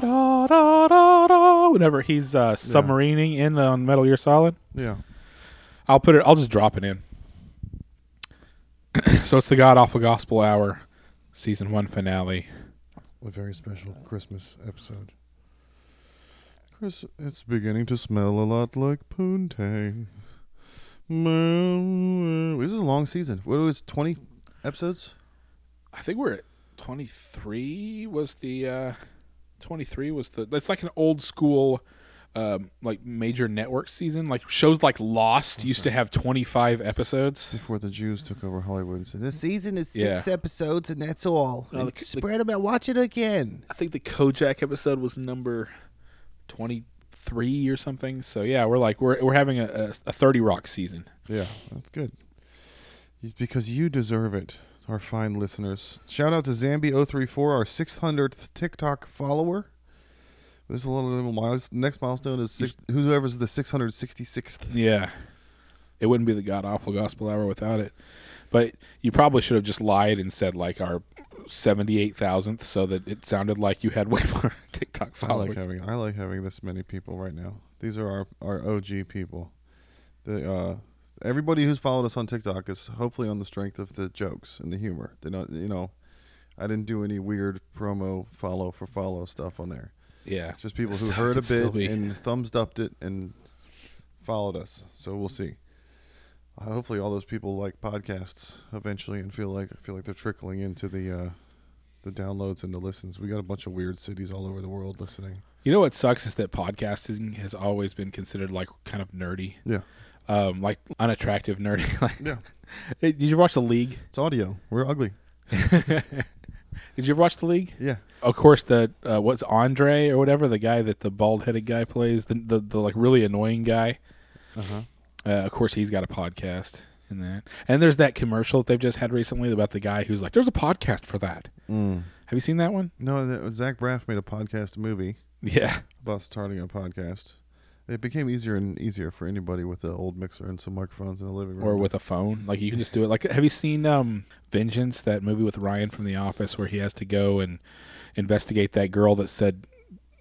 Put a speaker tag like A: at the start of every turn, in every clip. A: da da da da. Whenever he's uh, submarining in on Metal Gear Solid,
B: Yeah.
A: I'll put it. I'll just drop it in. so it's the God Awful Gospel Hour, season one finale.
B: A very special Christmas episode. Chris, it's beginning to smell a lot like poontang. Moo- This is a long season. What was it, 20 episodes?
A: I think we're at twenty three. Was the uh, twenty three was the? That's like an old school. Um, like major network season, like shows like Lost used to have twenty five episodes.
B: Before the Jews took over Hollywood and said, This season is six
A: Yeah.
B: episodes and that's all.
C: No,
B: And
C: the- the-
B: spread them out. Watch it again.
A: I think the Kojak episode was number twenty three or something. So yeah, we're like we're we're having a, a, a thirty rock season.
B: Yeah, that's good. It's because you deserve it, our fine listeners. Shout out to Zambi034, our 600th TikTok follower. This is a little, little miles. Next milestone is six, whoever's the 666th.
A: Yeah. It wouldn't be the god awful gospel hour without it. But you probably should have just lied and said like our seventy eight thousandth so that it sounded like you had way more TikTok
B: I like
A: followers.
B: having I like having this many people right now. These are our, our OG people. The uh, everybody who's followed us on TikTok is hopefully on the strength of the jokes and the humor. They don't, you know, I didn't do any weird promo follow for follow stuff on there.
A: yeah.
B: It's just people who
A: So it
B: heard a
A: could still
B: bit
A: be-
B: and thumbs upped it and followed us. So we'll see. Uh, hopefully, all those people like podcasts eventually and feel like feel like they're trickling into the uh, the downloads and the listens. We got a bunch of weird cities all over the world listening.
A: You know what sucks is that podcasting has always been considered like kind of nerdy.
B: Yeah,
A: Um like unattractive nerdy. like
B: yeah.
A: Hey, did you watch the league?
B: It's audio. We're ugly.
A: Did you ever watch the league?
B: Yeah.
A: of course the uh, what's Andre or whatever the guy that the bald headed guy plays the, the the like really annoying guy.
B: Uh huh.
A: Uh, of course he's got a podcast in that. And there's that commercial that they've just had recently about the guy who's like, "There's a podcast for that."
B: Mm.
A: Have you seen that one?
B: No, that, Zach Braff made a podcast movie
A: Yeah,
B: about starting a podcast. It became easier and easier for anybody with an old mixer and some microphones in the living room.
A: or with a phone. Like you can just do it. Like have you seen um Vengeance that movie with Ryan from The Office where he has to go and investigate that girl that said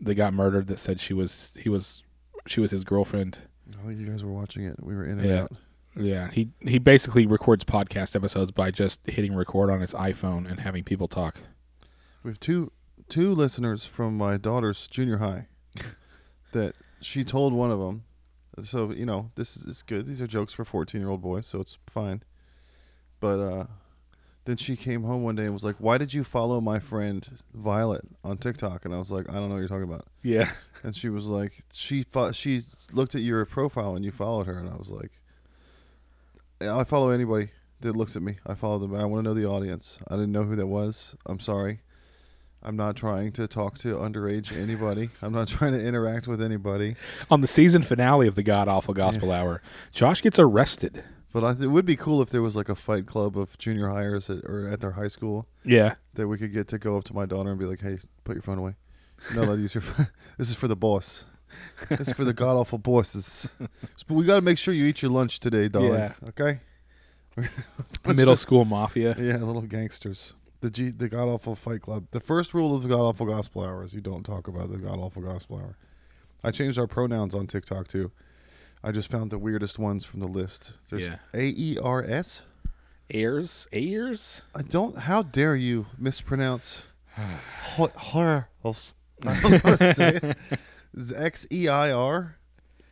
A: that got murdered that said she was he was she was his girlfriend.
B: I think you guys were watching it. We were in and
A: Yeah.
B: out.
A: Yeah, he he basically records podcast episodes by just hitting record on his iPhone and having people talk.
B: We have two two listeners from my daughter's junior high that she told one of them. So you know this is, it's good. These are jokes for fourteen year old boys, so it's fine. But uh, then she came home one day and was like, "Why did you follow my friend Violet on TikTok?" And I was like, "I don't know what you're talking about."
A: Yeah.
B: And she was like, "She fo- she looked at your profile and you followed her." And I was like, "I follow anybody that looks at me. I follow them. I want to know the audience. I didn't know who that was. I'm sorry." I'm not trying to talk to underage anybody. I'm not trying to interact with anybody.
A: On the season finale of the God Awful Gospel Hour, Josh gets arrested.
B: But I th- it would be cool if there was like a fight club of junior hires at, or at their high school
A: Yeah.
B: that we could get to go up to my daughter and be like, "Hey, put your phone away. You're not allowed to use your phone. This is for the boss. This is for the god awful bosses. But we got to make sure you eat your lunch today, darling.
A: Yeah.
B: Okay?
A: Middle school mafia.
B: Yeah, little gangsters. The G, the god awful fight club. The first rule of the god awful gospel hour is you don't talk about the god awful gospel hour. I changed our pronouns on TikTok too. I just found the weirdest ones from the list. There's
A: Yeah.
B: A E R S.
A: Ayers? Ayers?
B: I don't. How dare you mispronounce ho- horror? I don't want to say it. X E I R.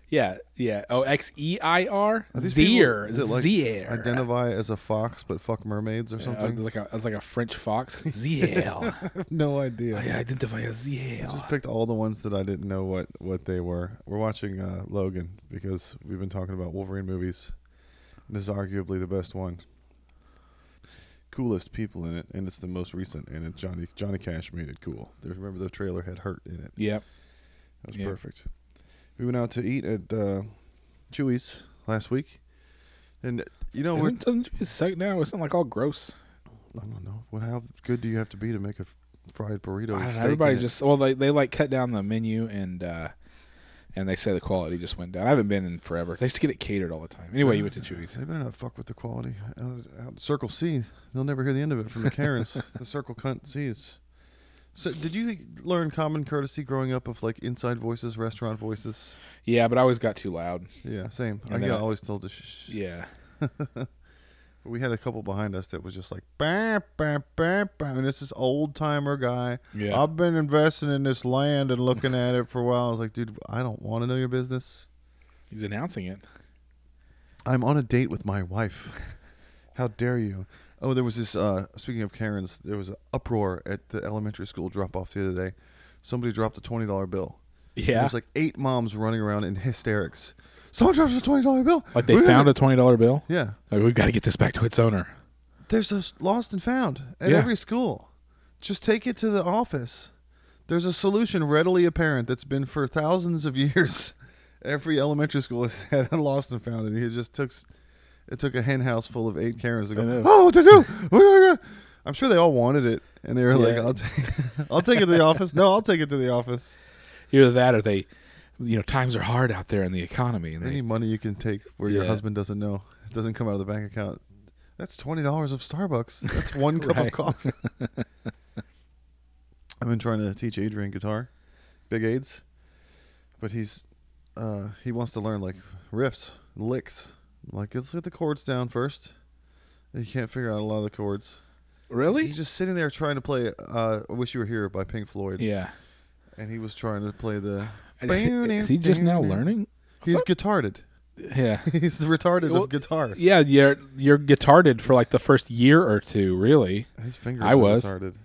A: Yeah. Yeah. Oh, X E I R?
B: Are these people
A: Zier.
B: that, like,
A: Zier.
B: Identify as a fox, but fuck mermaids
A: Yeah,
B: or
A: it's
B: something.
A: Uh, like a, it's like a French fox. Ziel.
B: I have no idea.
A: I identify as
B: I just
A: Ziel.
B: picked all the ones that I didn't know what what they were. We're watching uh, Logan because we've been talking about Wolverine movies. And this is arguably the best one. Coolest people in it, and it's the most recent. And it Johnny Johnny Cash made it cool. There- Remember the trailer had hurt in it.
A: Yep.
B: That was
A: Yeah.
B: perfect. We went out to eat at uh, Chewy's last week, and uh, you know Oh, we're
A: Isn't, doesn't it suck now? Isn't it, like all gross?
B: I don't know what how good do you have to be to make a fried burrito?
A: I
B: with
A: don't know,
B: steak
A: everybody
B: in it?
A: just well they, they like cut down the menu and uh and they say the quality just went down. I haven't been in forever. They used to get it catered all the time. Anyway, you went to Chewy's.
B: They better not fuck with the quality. Out, out Circle C, they'll never hear the end of it from the Karens. the Circle Cunt C's. So, did you learn common courtesy growing up of like inside voices, restaurant voices?
A: Yeah, but I always got too loud.
B: Yeah, same.
A: And
B: I
A: then
B: got
A: I-
B: always told to shh. shh, shh.
A: Yeah.
B: We had a couple behind us that was just like, bah, bah, bah, bah. and this is old timer guy.
A: Yeah.
B: I've been investing in this land and looking at it for a while. I was like, dude, I don't want to know your business.
A: He's announcing it.
B: I'm on a date with my wife. How dare you? Oh, there was this. Uh, speaking of Karens, there was an uproar at the elementary school drop-off the other day. Somebody dropped a twenty dollar bill.
A: Yeah.
B: There was
A: Like,
B: like eight moms running around in hysterics. Someone dropped a twenty dollar bill.
A: they found a twenty dollar bill.
B: Yeah,
A: Like we've got to get this back to its owner.
B: there's a lost and found at
A: Yeah.
B: every school. Just take it to the office. There's a solution readily apparent that's been for thousands of years. Every elementary school has had a lost and found, and it just took s- it took a hen house full of eight Karens to go. I
A: I know.
B: don't know what to do. What do I do?" I'm sure they all wanted it, and they were like,
A: Yeah.
B: "I'll take, I'll take it to the office." No, I'll take it to the office.
A: Either that, or they, you know, times are hard out there in the economy, and
B: Any
A: they,
B: money you can take where your
A: Yeah.
B: husband doesn't know, it doesn't come out of the bank account. That's twenty dollars of Starbucks. That's one cup of
A: Right.
B: coffee. I've been trying to teach Adrian guitar, big aids, but he's uh, he wants to learn like riffs, licks. I'm like let's get the chords down first. He can't figure out a lot of the chords.
A: really,
B: He's just sitting there trying to play uh, "I Wish You Were Here" by Pink Floyd,
A: yeah.
B: and he was trying to play the.
A: And Is, he- is he just now learning?
B: He's guitarded.
A: Yeah.
B: He's the retarded
A: Well,
B: of guitars.
A: Yeah, you're you're guitarded for like the first year or two. Really,
B: His fingers
A: I
B: are
A: was.
B: retarded.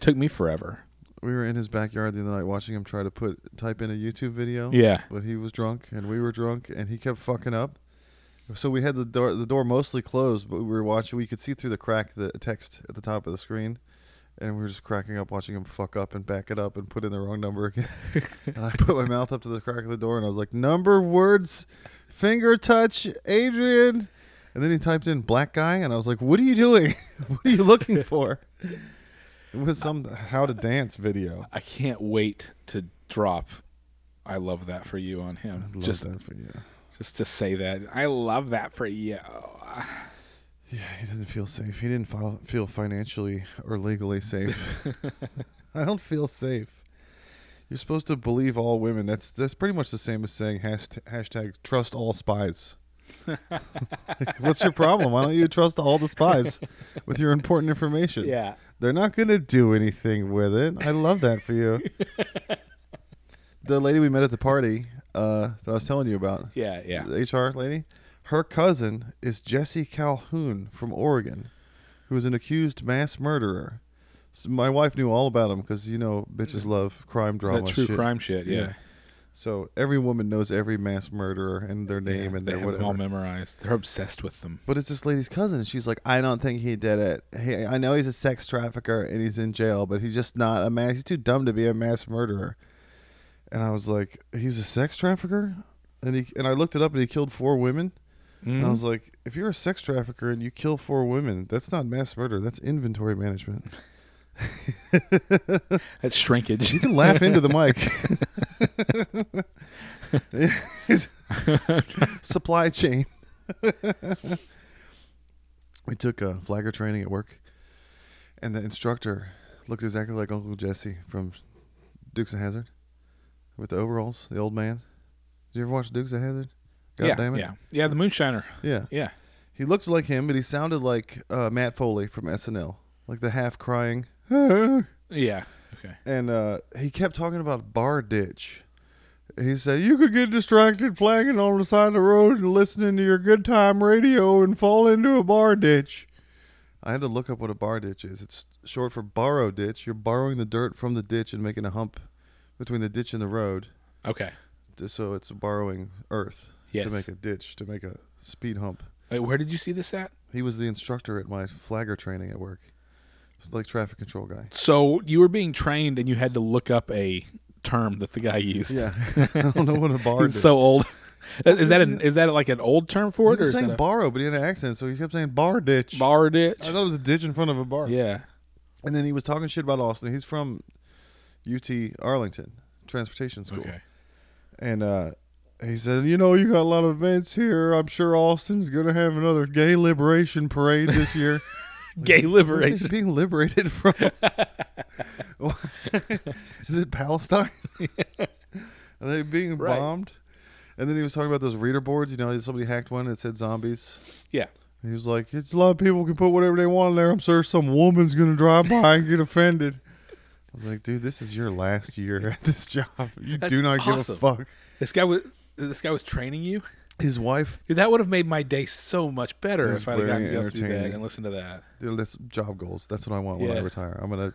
A: took me forever.
B: We were in his backyard the other night watching him try to put type in a YouTube video.
A: Yeah,
B: But he was drunk and we were drunk and he kept fucking up. So we had the door the door mostly closed, but we were watching we could see through the crack the text at the top of the screen. And we were just cracking up watching him fuck up and back it up and put in the wrong number again. and I put my mouth up to the crack of the door and I was like, Number words, finger touch, Adrian. And then he typed in black guy and I was like, What are you doing? what are you looking for? It was some how to dance video.
A: I can't wait to drop. I love that for you on
B: I
A: him.
B: love
A: Just
B: that for you.
A: just to say that I love that for you.
B: Yeah, he doesn't feel safe. He didn't file, feel financially or legally safe. I don't feel safe. You're supposed to believe all women. That's that's pretty much the same as saying hashtag, hashtag trust all spies. Like, what's your problem? Why don't you trust all the spies with your important information?
A: Yeah,
B: They're not going to do anything with it. I love that for you. the lady we met at the party uh, that I was telling you about,
A: yeah, yeah.
B: the HR lady. Her cousin is Jesse Calhoun from Oregon, who is an accused mass murderer. So my wife knew all about him because you know bitches love crime drama.
A: That true
B: shit.
A: crime shit. Yeah,
B: Yeah. So every woman knows every mass murderer and their name
A: Yeah,
B: and
A: they
B: their
A: have them all
B: whatever.
A: memorized. They're obsessed with them.
B: But it's this lady's cousin. and She's like, I don't think he did it. Hey, I know he's a sex trafficker and he's in jail, but he's just not a mass. He's too dumb to be a mass murderer. And I was like, he was a sex trafficker, and he and I looked it up, and he killed four women. And I was like, if you're a sex trafficker and you kill four women, that's not mass murder. That's inventory management.
A: That's shrinkage.
B: You can laugh into the mic. Supply chain. we took uh, flagger training at work, and the instructor looked exactly like Uncle Jesse from Dukes of Hazard, with the overalls, the old man. Did you ever watch Dukes of Hazard? God
A: yeah,
B: damn it!
A: yeah, yeah. The moonshiner.
B: yeah.
A: Yeah,
B: He looked like him, but he sounded like uh, Matt Foley from SNL, like the half crying.
A: yeah. Okay.
B: and uh, he kept talking about bar ditch. He said you could get distracted flagging on the side of the road and listening to your good time radio and fall into a bar ditch. I had to look up what a bar ditch is. It's short for borrow ditch. You're borrowing the dirt from the ditch and making a hump between the ditch and the road.
A: Okay.
B: So it's borrowing earth to
A: Yes.
B: make a ditch, to make a speed hump.
A: Wait, where did you see this at?
B: He was the instructor at my flagger training at work. It's like traffic control guy.
A: So you were being trained, and you had to look up a term that the guy used.
B: I don't know what a bar
A: He's
B: is.
A: so old. Is that an, is that like an old term
B: he
A: for it, or
B: was
A: is
B: saying
A: that a
B: borrow, but he had an accent, so he kept saying bar ditch.
A: bar ditch?
B: I thought it was a ditch in front of a bar.
A: Yeah,
B: And then he was talking shit about Austin. He's from UT Arlington Transportation School.
A: Okay.
B: And uh, he said, You know, you got a lot of events here. I'm sure Austin's going to have another gay liberation parade this year.
A: Gay
B: Where is
A: liberation.
B: he being liberated from? Is it Palestine? Are they being
A: Right.
B: bombed? And then he was talking about those reader boards. You know, somebody hacked one that said zombies.
A: Yeah.
B: He was like, "It's a lot of people can put whatever they want in there. I'm sure some woman's gonna drive by and get offended." I was like, "Dude, this is your last year at this job. You
A: That's
B: do not
A: awesome.
B: give a fuck."
A: This guy was this guy was training you.
B: His wife,
A: Dude, that would have made my day so much better
B: It was
A: if I'd have gotten to
B: very
A: go through that
B: entertaining.
A: and listen to that.
B: dude, that's job goals. That's what I want when I
A: Yeah.
B: retire. I'm gonna.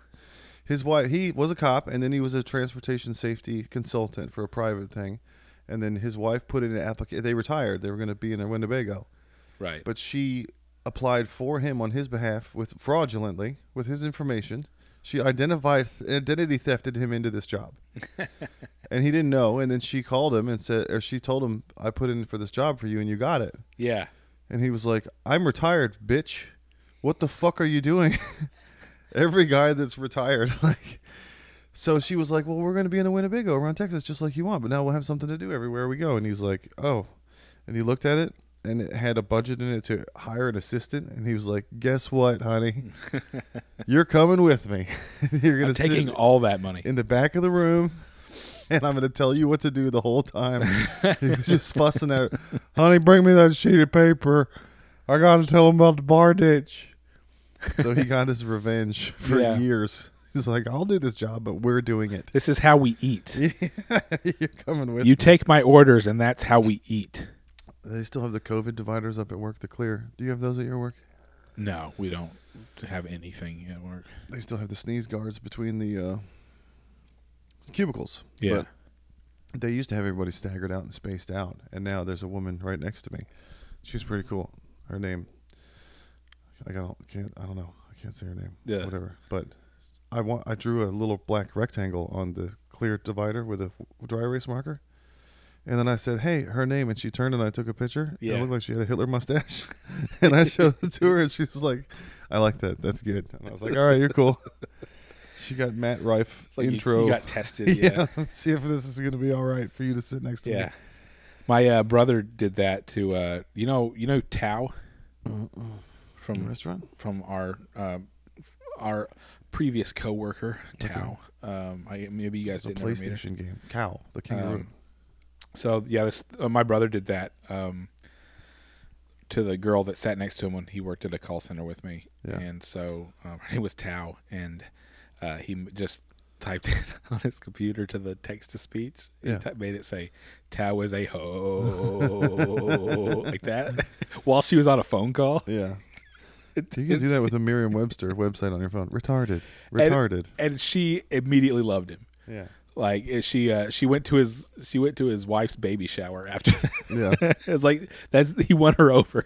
B: His wife, he was a cop, and then he was a transportation safety consultant for a private thing, and then his wife put in an application. They retired. They were gonna be in a Winnebago.
A: Right.
B: but she applied for him on his behalf with fraudulently with his information. She identified identity thefted him into this job, and he didn't know. And then she called him and said, or she told him, "I put in for this job for you, and you got it."
A: yeah.
B: And he was like, "I'm retired, bitch. What the fuck are you doing?" Every guy that's retired, like. So she was like, "Well, we're going to be in the Winnebago around Texas, just like you want, but now we'll have something to do everywhere we go." And he was like, "Oh," and he looked at it, and it had a budget in it to hire an assistant. And he was like, "Guess what, honey? You're coming with me. You're going
A: I'm
B: to sit
A: taking all that money.
B: in the back of the room." And I'm gonna tell you what to do the whole time. he was just fussing at her, honey. Bring me that sheet of paper. I gotta tell him about the bar ditch. So he got his revenge for
A: Yeah.
B: years. He's like, I'll do this job, but we're doing it.
A: This is how we eat.
B: You're coming with.
A: You take my orders, and that's how we eat.
B: They still have the COVID dividers up at work. The clear. Do you have those at your work?
A: No, we don't have anything at work.
B: They still have the sneeze guards between the uh, cubicles.
A: Yeah.
B: But they used to have everybody staggered out and spaced out, and now there's a woman right next to me. She's pretty cool. Her name. I don't can't I don't know I can't say her name.
A: Yeah.
B: Whatever. But I want I drew a little black rectangle on the clear divider with a dry erase marker. And then I said, "Hey, her name," and she turned and I took a picture.
A: Yeah.
B: It looked like she had a Hitler mustache, and I showed it to her, and she was like, "I like that. That's good." And I was like, "All right, you're cool." She got Matt Rife
A: It's like you-
B: intro.
A: You, got tested. Yeah.
B: yeah. See if this is gonna be all right for you to sit next to
A: Yeah. My uh, brother did that to uh, you know you know Tao
B: Uh-uh. me.
A: from
B: Restaurant.
A: from our uh, our previous coworker Tao. Um, I, maybe you guys
B: It's a
A: didn't ever meet her.
B: PlayStation game. Cow, the kangaroo.
A: Um, So yeah, this uh, my brother did that um, to the girl that sat next to him when he worked at a call center with me,
B: Yeah.
A: and so um, her name was Tao, and uh, he m- just typed it on his computer to the text to speech. He
B: Yeah.
A: ty- made it say "Tao is a ho" like that while she was on a phone call.
B: yeah.
A: It-
B: You can do
A: it-
B: that with a Merriam-Webster website on your phone. Retarded.
A: And-
B: Retarded.
A: and she immediately loved him.
B: Yeah.
A: Like uh, she uh, she went to his she went to his wife's baby shower after.
B: Yeah.
A: it's like that's he won her over.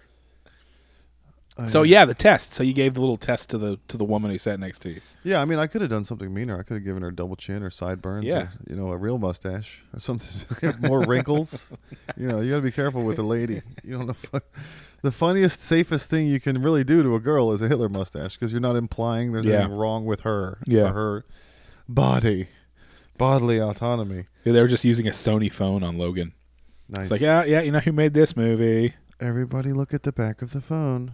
B: I
A: So
B: know.
A: yeah, the test. So you gave the little test to the to the woman who sat next to you.
B: Yeah, I mean, I could have done something meaner. I could have given her double chin or sideburns.
A: Yeah.
B: Or, you know, a real mustache or something. More wrinkles. you know, you got to be careful with a lady. You don't know. fu- The funniest, safest thing you can really do to a girl is a Hitler mustache because you're not implying there's
A: Yeah.
B: anything wrong with her
A: Yeah.
B: or her body, bodily autonomy.
A: Yeah, they were just using a Sony phone on Logan.
B: Nice.
A: It's like, yeah, yeah, you know who made this movie?
B: Everybody look at the back of the phone.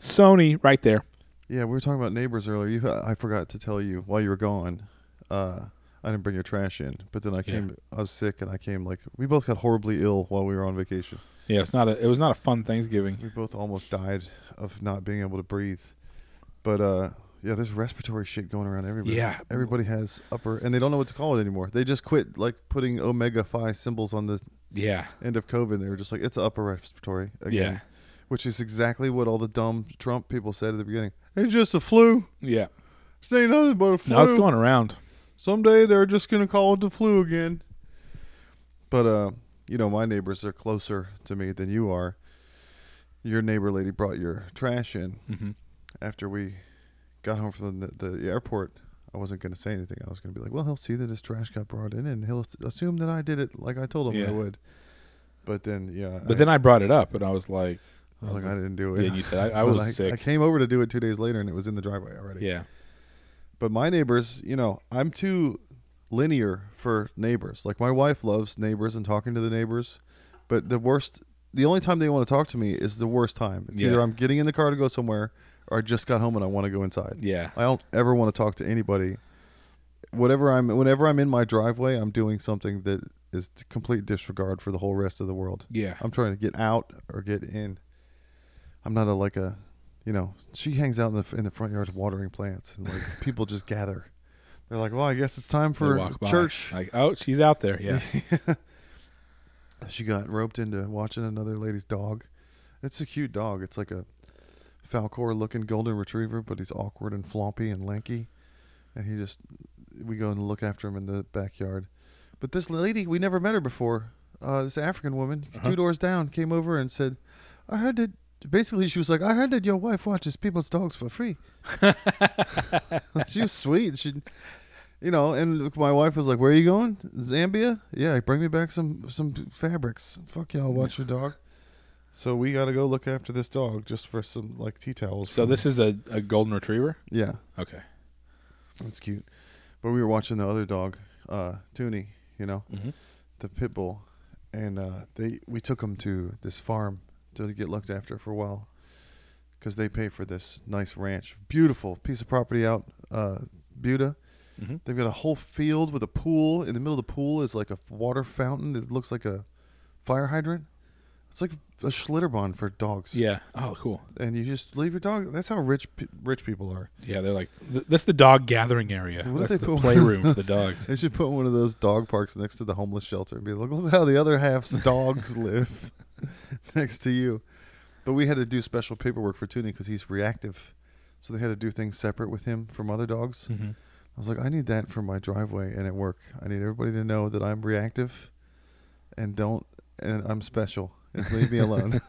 A: Sony, right there.
B: Yeah, we were talking about neighbors earlier. You, I forgot to tell you while you were gone. Uh, I didn't bring your trash in, but then I came. I was sick, and I came like we both got horribly ill while we were on vacation.
A: Yeah, it's not a it was not a fun Thanksgiving.
B: We both almost died of not being able to breathe. But uh, yeah, there's respiratory shit going around everywhere.
A: Yeah.
B: everybody has upper, and they don't know what to call it anymore. They just quit like putting omega phi symbols on the
A: Yeah,
B: end of COVID. They were just like, it's upper respiratory again,
A: Yeah.
B: which is exactly what all the dumb Trump people said at the beginning. It's just a flu.
A: yeah.
B: It's ain't nothing but a flu.
A: No, it's going around.
B: Someday they're just gonna call it the flu again. But uh, you know, my neighbors are closer to me than you are. Your neighbor lady brought your trash in
A: hmm
B: after we got home from the, the airport. I wasn't gonna say anything. I was gonna be like, "Well, he'll see that his trash got brought in, and he'll assume that I did it, like I told him
A: Yeah.
B: I would." But then, yeah,
A: But then I brought it up, and I was like,
B: I was like, "I didn't do it."
A: and you said I, I
B: But
A: was sick.
B: I came over to do it two days later, and it was in the driveway already.
A: yeah,
B: But my neighbors, you know, I'm too linear for neighbors. Like my wife loves neighbors and talking to the neighbors, but the worst, the only time they want to talk to me is the worst time. It's
A: Yeah.
B: either I'm getting in the car to go somewhere, or I just got home and I want to go inside.
A: yeah.
B: I don't ever want to talk to anybody whatever I'm whenever I'm in my driveway, I'm doing something that is to complete disregard for the whole rest of the world.
A: Yeah.
B: I'm trying to get out or get in. I'm not a like a, you know, she hangs out in the in the front yard watering plants, and like people just gather. They're like, well, I guess it's time
A: They
B: for
A: walk by,
B: church.
A: Like, oh, she's out there. Yeah.
B: She got roped into watching another lady's dog. It's a cute dog. It's like a Falcor looking golden retriever, but he's awkward and floppy and lanky. And he just, we go and look after him in the backyard. But this lady, we never met her before. Uh, this African woman,
A: Uh-huh.
B: two doors down, came over and said, I heard that. Basically, she was like, I heard that your wife watches people's dogs for free. she was sweet. She you know, and my wife was like, "Where are you going? Zambia? Yeah, bring me back some some fabrics. Fuck y'all, watch your dog." So we gotta go look after this dog just for some like tea towels.
A: So
B: from-
A: this is a, a golden retriever.
B: yeah,
A: Okay.
B: that's cute. But we were watching the other dog, uh, Toonie, you know,
A: Mhm.
B: the pit bull, and uh, they we took him to this farm to get looked after for a while, because they pay for this nice ranch, beautiful piece of property out uh, Buda.
A: Mhm.
B: They've got a whole field with a pool. In the middle of the pool is like a water fountain that looks like a fire hydrant. It's like a Schlitterbahn for dogs.
A: Yeah. Oh, cool.
B: And you just leave your dog. That's how rich pe- rich people are.
A: Yeah, they're like th- that's the dog gathering area.
B: What if
A: that's
B: they
A: the
B: put-
A: playroom for the dogs.
B: They should put one of those dog parks next to the homeless shelter and be like, look how the other half's dogs live next to you. But we had to do special paperwork for Toonie because he's reactive. So they had to do things separate with him from other dogs.
A: hmm
B: I was like, I need that for my driveway and at work. I need everybody to know that I'm reactive and don't and I'm special and leave me alone.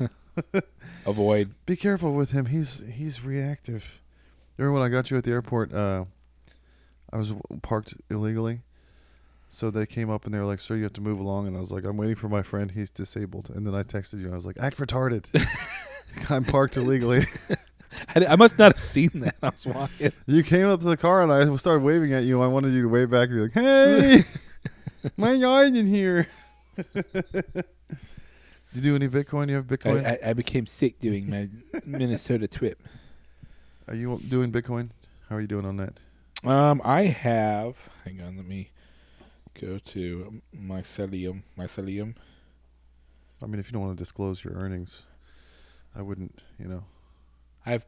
A: Avoid.
B: Be careful with him. He's he's reactive. Remember when I got you at the airport? Uh, I was w- parked illegally, so they came up and they were like, "Sir, you have to move along." And I was like, "I'm waiting for my friend. He's disabled." And then I texted you. and I was like, "Act retarded. I'm parked illegally."
A: I, I must not have seen that. I was walking.
B: You came up to the car and I started waving at you. I wanted you to wave back and be like, "Hey, my yard in here." you do any Bitcoin? You have
A: I,
B: Bitcoin?
A: I, I became sick doing my Minnesota trip.
B: Are you doing Bitcoin? How are you doing on that?
A: Um, I have. Hang on, let me go to mycelium. Mycelium.
B: I mean, if you don't want to disclose your earnings, I wouldn't. You know,
A: I have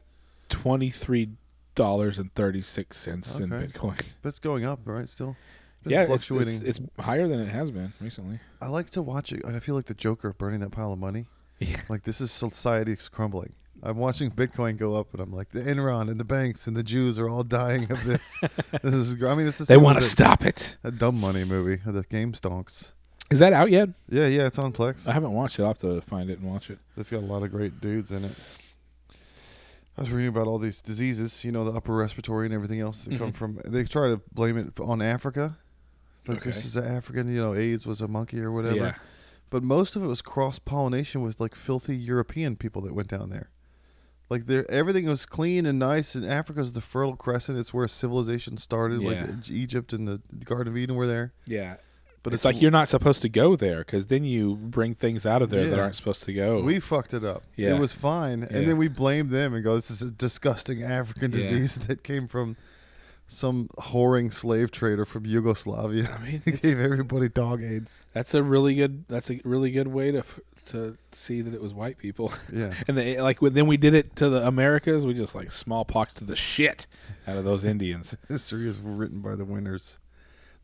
A: twenty three dollars and thirty six cents in
B: Okay.
A: Bitcoin.
B: but it's going up, right? Still, It's been
A: yeah, it's-
B: fluctuating.
A: It's, it's, higher than it has been recently.
B: I like to watch it. I feel like the Joker burning that pile of money.
A: Yeah.
B: Like this is society's crumbling. I'm watching Bitcoin go up, and I'm like, the Enron and the banks and the Jews are all dying of this. this is. gr- I mean, it's the
A: They
B: same
A: want to
B: with the-
A: stop it.
B: That dumb money movie, the game stonks.
A: Is that out yet?
B: Yeah, yeah, it's on Plex.
A: I haven't watched it. I'll have to find it and watch it.
B: It's got a lot of great dudes in it. I was reading about all these diseases, you know, the upper respiratory and everything else that come
A: Mhm.
B: from. They try to blame it on Africa. Like this
A: Okay.
B: is African, you know, AIDS was a monkey or whatever.
A: Yeah.
B: But most of it was cross pollination with like filthy European people that went down there. Like there, everything was clean and nice, and Africa's the Fertile Crescent. It's where civilization started.
A: Yeah.
B: Like Egypt and the Garden of Eden were there.
A: Yeah.
B: But
A: But
B: it's
A: it's, like you're not supposed to go there because then you bring things out of there that
B: Yeah.
A: aren't supposed to go.
B: We fucked it up.
A: Oh. Yeah.
B: It was fine.
A: Yeah.
B: And then we blamed them and go, this is a disgusting African
A: Yeah.
B: disease that came from some whoring slave trader from Yugoslavia.
A: I mean,
B: He
A: it's-
B: gave everybody dog aids.
A: that's a really good. That's a really good way to f- to see that it was white people.
B: Yeah.
A: And they, like when, then we did it to the Americas. We just like smallpox to the shit out of those Indians.
B: History is written by the winners.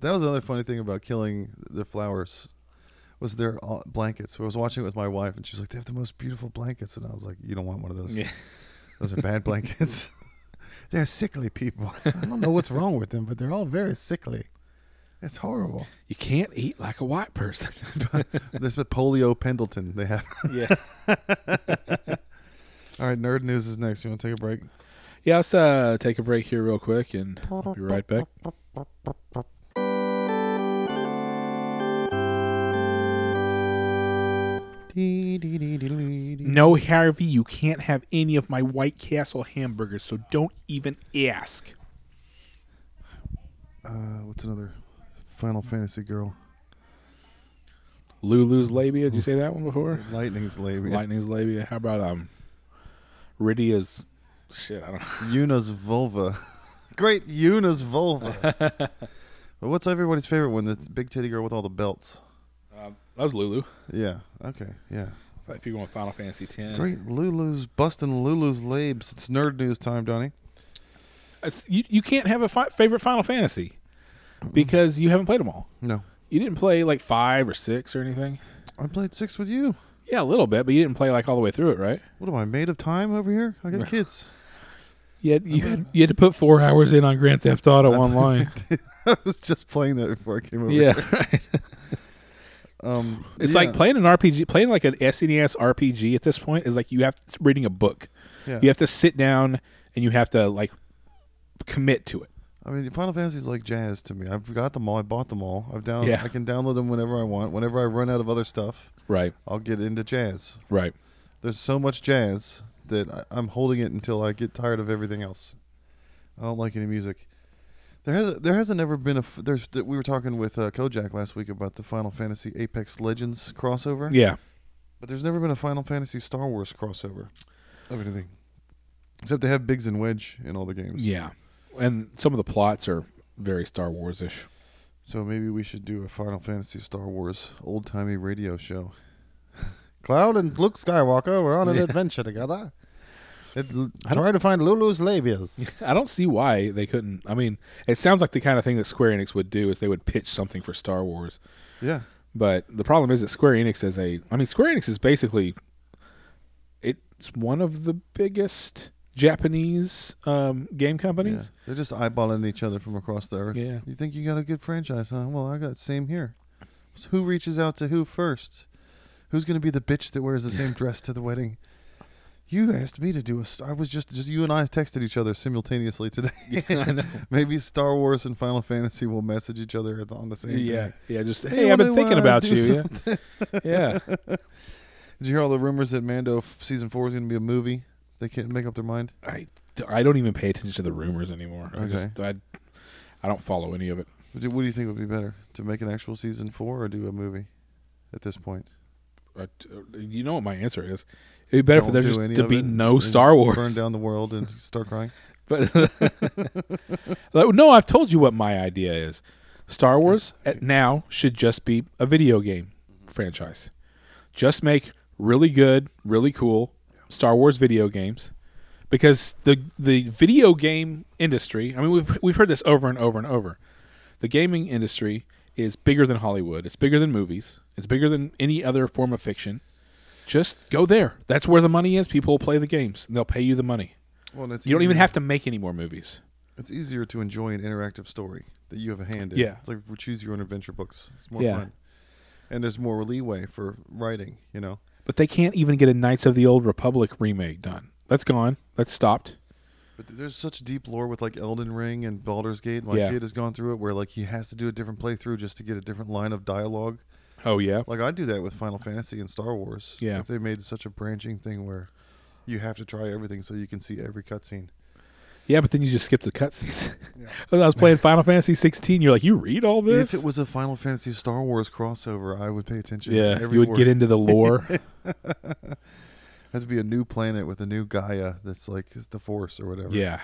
B: That was another funny thing about killing the flowers was their uh, blankets. I was watching it with my wife and she was like, they have the most beautiful blankets. And I was like, you don't want one of those.
A: Yeah.
B: Those are bad blankets. they're sickly people. I don't know what's wrong with them, but they're all very sickly. It's horrible.
A: You can't eat like a white person.
B: this is polio Pendleton they have.
A: yeah.
B: All right, nerd news is next. You want to take a break?
A: Yeah. Let's uh, take a break here real quick, and I'll be right back. No, Harvey, you can't have any of my White Castle hamburgers, so don't even ask.
B: Uh, what's another Final Fantasy girl?
A: Lulu's labia. Did you say that one before?
B: Lightning's labia.
A: Lightning's labia. How about um, Rydia's? Shit, I don't know.
B: Yuna's vulva. Great Yuna's vulva. But what's everybody's favorite one? The big titty girl with all the belts.
A: Um, that was Lulu.
B: Yeah. Okay. Yeah.
A: If you're going Final Fantasy X,
B: Great. Lulu's busting Lulu's labes. It's nerd news time, Donnie.
A: It's- you you can't have a fi- favorite Final Fantasy because you haven't played them all.
B: No,
A: You didn't play like five or six or anything.
B: I played six with you.
A: Yeah, a little bit, but you didn't play like all the way through it, right?
B: What am I made of time over here? I got kids.
A: You had, you had you had to put four hours in on Grand Theft Auto Online.
B: I was just playing that before I came over.
A: yeah, right.
B: Um,
A: It's
B: yeah,
A: like playing an RPG, playing like an E SNES RPG at this point is like you have it's reading a book.
B: Yeah.
A: You have to sit down and you have to like commit to it.
B: I mean, Final Fantasy's like jazz to me. I've got them all. I bought them all. I've down.
A: Yeah.
B: I can download them whenever I want. Whenever I run out of other stuff,
A: Right.
B: I'll get into jazz.
A: Right.
B: There's so much jazz that I, I'm holding it until I get tired of everything else. I don't like any music. There has there hasn't ever been a f- there's we were talking with uh, Kojak last week about the Final Fantasy Apex Legends crossover.
A: Yeah.
B: But there's never been a Final Fantasy Star Wars crossover of anything. Except they have Biggs and Wedge in all the games.
A: Yeah. And some of the plots are very Star Wars ish.
B: So maybe we should do a Final Fantasy Star Wars old timey radio show. Cloud and Luke Skywalker were on an
A: Yeah.
B: adventure together. It, trying to find Lulu's labias.
A: I don't see why they couldn't. I mean, it sounds like the kind of thing that Square Enix would do is they would pitch something for Star Wars.
B: yeah.
A: But the problem is that Square Enix is a. I mean, Square Enix is basically. It's one of the biggest Japanese um, game
B: yeah.
A: companies.
B: They're just eyeballing each other from across the earth.
A: Yeah.
B: You think you got a good franchise, huh? Well, I got same here. So who reaches out to who first? Who's going to be the bitch that wears the same dress to the wedding? You asked me to do a. s- I was just just you and I texted each other simultaneously today.
A: I know.
B: Maybe Star Wars and Final Fantasy will message each other at the- on the same.
A: Yeah,
B: day.
A: yeah. Just hey,
B: Hey,
A: I've been
B: wonder
A: thinking
B: why I
A: about
B: do
A: you. Yeah. yeah,
B: Did you hear all the rumors that Mando f- season four is going to be a movie? They can't make up their mind.
A: I I don't even pay attention to the rumors anymore. I
B: Okay.
A: just I I don't follow any of it.
B: What do what do you think would be better to make an actual season four or do a movie? At this point,
A: I, uh, you know what my answer is. It'd be better for
B: Don't
A: there
B: do
A: just
B: any
A: to
B: of
A: be
B: it and-
A: no
B: and
A: Star
B: Burn
A: Wars.
B: down the world and start crying.
A: But Like, no, I've told you what my idea is. Star Wars at now should just be a video game franchise. Just make really good, really cool Star Wars video games because the the video game industry, I mean we've we've heard this over and over and over. The gaming industry is bigger than Hollywood. It's bigger than movies. It's bigger than any other form of fiction. Just go there. That's where the money is. People will play the games and they'll pay you the money.
B: Well, and it's
A: You don't even
B: easier-
A: have to make any more movies.
B: It's easier to enjoy an interactive story that you have a hand in.
A: Yeah.
B: It's like choose your own adventure books. It's more
A: Yeah.
B: fun. And there's more leeway for writing, you know.
A: But they can't even get a Knights of the Old Republic remake done. That's gone. That's stopped.
B: But th- there's such deep lore with like Elden Ring and Baldur's Gate. My
A: Yeah.
B: kid has gone through it where like he has to do a different playthrough just to get a different line of dialogue.
A: Oh yeah.
B: Like I do that with Final Fantasy and Star Wars.
A: Yeah.
B: If they made such a branching thing where you have to try everything so you can see every cutscene.
A: Yeah, but then you just skip the cutscenes.
B: Yeah.
A: When I was playing Final Fantasy 16. You're like, you read all this?
B: If it was a Final Fantasy Star Wars crossover, I would pay attention. to
A: yeah,
B: every
A: you would
B: word.
A: get into the lore.
B: Has to be a new planet with a new Gaia that's like the Force or whatever.
A: yeah.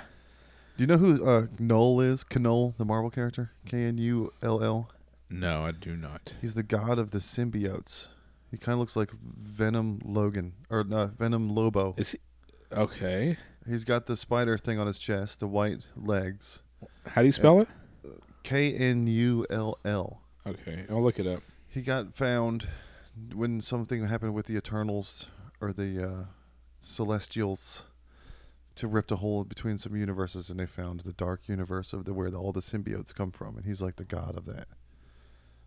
B: Do you know who uh, Knoll is? Knoll, the Marvel character, K N U L L.
A: No, I do not.
B: He's the god of the symbiotes. He kind of looks like Venom Logan or no, Venom Lobo.
A: Is okay.
B: He's got the spider thing on his chest, the white legs.
A: How do you spell it?
B: K N U L L.
A: Okay, I'll look it up.
B: He got found when something happened with the Eternals or the uh, Celestials to ripped a hole between some universes, and they found the dark universe of the where the, all the symbiotes come from, and he's like the god of that.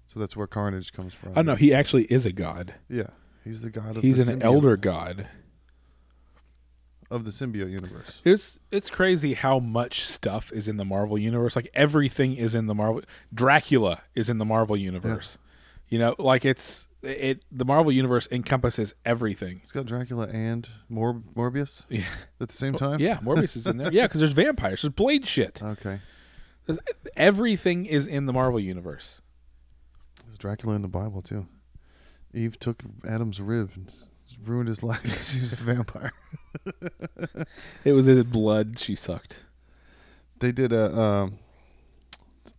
B: So that's where Carnage comes from.
A: Oh no, he actually is a god.
B: Yeah, he's the god of.
A: He's
B: the
A: an
B: symbiote-
A: elder god.
B: of the symbiote universe.
A: It's it's crazy how much stuff is in the Marvel universe. Like everything is in the Marvel. Dracula is in the Marvel universe. You know, like it's it. The Marvel universe encompasses everything.
B: It's got Dracula and Mor- Morbius
A: Yeah, Oh,
B: at the same time.
A: yeah. Morbius is in there. Yeah, because there's vampires. There's blade shit.
B: Okay.
A: There's- everything is in the Marvel universe.
B: There's Dracula in the Bible too. Eve took Adam's rib and ruined his life. she was a vampire.
A: It was his blood she sucked.
B: They did a um,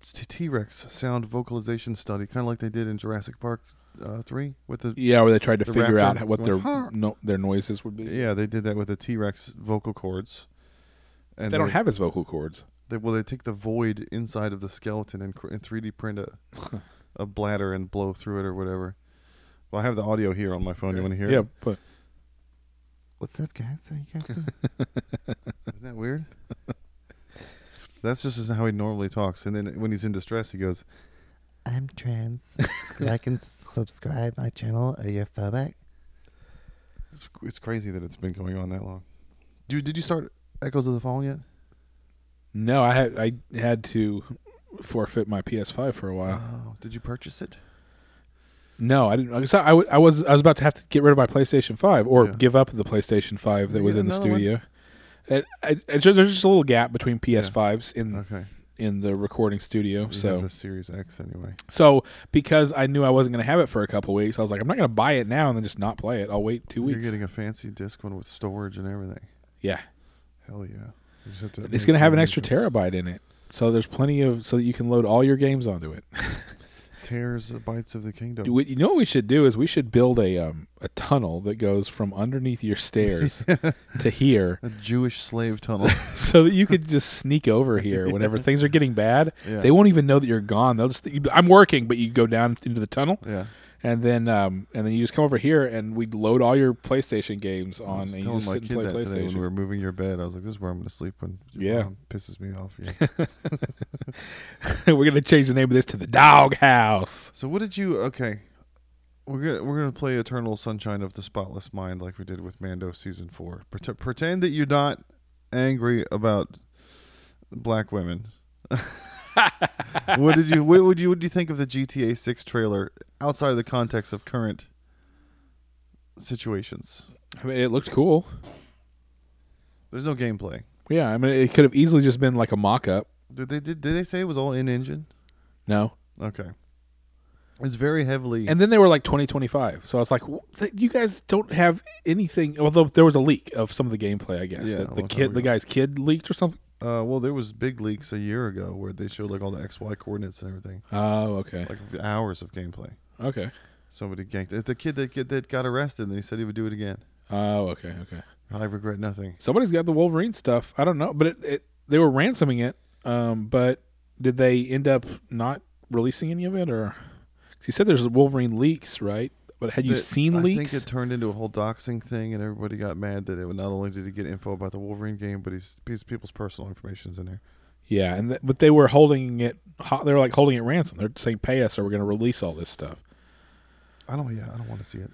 B: T Rex sound vocalization study, kind of like they did in Jurassic Park uh, three with the
A: Yeah, where they tried to
B: The
A: figure
B: raptor
A: out what their
B: going, "Huh."
A: no, their noises would be.
B: yeah they did that with the T Rex vocal cords. And
A: they don't have his vocal cords.
B: They, well, they take the void inside of the skeleton and, cr- and 3D print a a bladder and blow through it or whatever. Well, I have the audio here on my phone. You want to hear?
A: Yeah,
B: it?
A: but
B: What's up, guys? How you guys doing? Isn't that weird? That's just how he normally talks. And then when he's in distress, he goes,
C: I'm trans. like and s- subscribe my channel. Are you a phobic?
B: it's, it's crazy that it's been going on that long. Dude, did you start Echoes of the Fallen yet?
A: no, I had I had to forfeit my PS5 for a while.
B: Oh, did you purchase it?
A: No, I didn't. I was- I, w- I was I was about to have to get rid of my PlayStation Five or
B: Yeah.
A: give up the PlayStation Five that
B: You
A: was
B: got
A: in the
B: another one?
A: studio. And I, I, ju- there's just a little gap between PS5s in
B: Okay.
A: in the recording studio.
B: You
A: so
B: mm, have the Series X anyway.
A: so because I knew I wasn't going to have it for a couple weeks, I was like, I'm not going to buy it now and then just not play it. I'll wait two
B: You're
A: weeks.
B: getting a fancy disc one with storage and everything.
A: yeah,
B: Hell yeah. You just have to
A: it's
B: update
A: going to have an
B: your
A: extra
B: initials.
A: terabyte in it. So there's plenty of so that you can load all your games onto it.
B: Tears the bites of the kingdom.
A: Do we- you know what we should do is we should build a um, a tunnel that goes from underneath your stairs to here,
B: a Jewish slave tunnel.
A: so that you could just sneak over here whenever things are getting bad.
B: Yeah.
A: They won't even know that you're gone. They'll just think, you- I'm working, but you go down into the tunnel,
B: yeah.
A: and then um, and then you just come over here, and we load all your PlayStation games
B: I
A: on, and
B: was
A: you
B: telling
A: just
B: my
A: sit and
B: kid
A: play
B: that today when we
A: PlayStation.
B: were moving your bed. I was like, "This is where I'm going to sleep when your
A: Yeah.
B: mom pisses me off." Yeah.
A: we're gonna change the name of this to the Dog House.
B: So what did you? Okay, we're gonna we're gonna play Eternal Sunshine of the Spotless Mind like we did with Mando season four. Pret- pretend that you're not angry about black women. what did you? What would you? What do you think of the GTA six trailer outside of the context of current situations?
A: I mean, it looked cool.
B: There's no gameplay.
A: Yeah, I mean, it could have easily just been like a mock-up.
B: Did they did, did they say it was all in engine?
A: No,
B: Okay, it's very heavily.
A: And then they were like 2025. So I was like, "Wh- th- you guys don't have anything. Although there was a leak of some of the gameplay, I guess.
B: Yeah,
A: that
B: a
A: the
B: long time
A: kid, the
B: ago.
A: guy's kid leaked or something.
B: Uh, well, there was big leaks a year ago where they showed like all the X Y coordinates and everything,
A: Oh, okay.
B: like hours of gameplay.
A: Okay.
B: Somebody ganked the kid that kid that got arrested. and They said he would do it again.
A: Oh, okay. Okay.
B: I regret nothing.
A: Somebody's got the Wolverine stuff. I don't know, but it, it they were ransoming it. Um, but did they end up not releasing any of it or 'cause you said there's Wolverine leaks, right? But had you
B: That-
A: seen
B: I
A: leaks?
B: think it turned into a whole doxing thing, and everybody got mad that it would not only did he get info about the Wolverine game, but he's, his people's personal information's in there.
A: yeah, and th- but they were holding it ho- they were like holding it ransom. They're saying pay us or we're going to release all this stuff.
B: I don't. Yeah, I don't want to see it.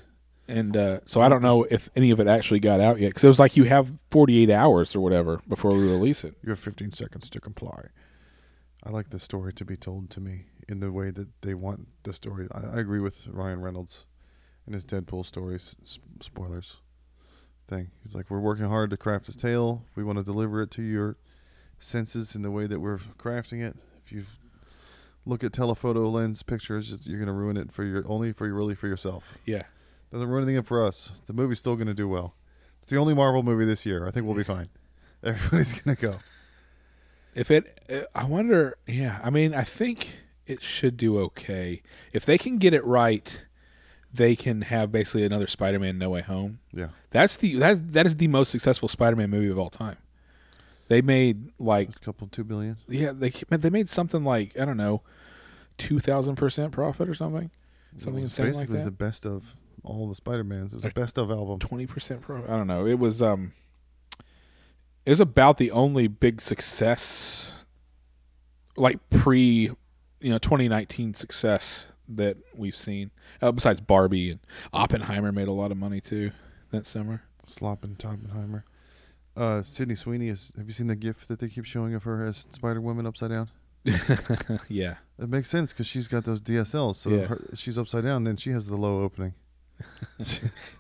A: And uh, so I don't know if any of it actually got out yet because it was like you have 48 hours or whatever before we release it.
B: You have 15 seconds to comply. I like the story to be told to me in the way that they want the story. I, I agree with Ryan Reynolds and his Deadpool stories, s- spoilers thing. He's like, we're working hard to craft this tale. We want to deliver it to your senses in the way that we're crafting it. If you look at telephoto lens pictures, it's- you're going to ruin it for your only for your really for yourself.
A: Yeah,
B: Doesn't ruin anything for us. The movie's still going to do well. It's the only Marvel movie this year. I think we'll be fine. Everybody's going to go.
A: if it, uh, I wonder. Yeah, I mean, I think it should do okay if they can get it right. They can have basically another Spider-Man No Way Home.
B: Yeah.
A: That's the that's that is the most successful Spider-Man movie of all time. They made like
B: It's a couple two billion.
A: yeah they they made something like I don't know two thousand percent profit or something something
B: It was
A: insane like
B: basically
A: that.
B: the best of all the Spider Mans. It was the best of album.
A: twenty percent pro. I don't know. It was um, it was about the only big success, like pre, you know, twenty nineteen success that we've seen. Uh, besides Barbie and Oppenheimer made a lot of money too that summer.
B: Slop and Oppenheimer. Uh, Sydney Sweeney is. Have you seen the gif that they keep showing of her as Spider Woman upside down?
A: yeah,
B: It makes sense because she's got those DSLs, so
A: Yeah.
B: her, she's upside down. Then she has the low opening.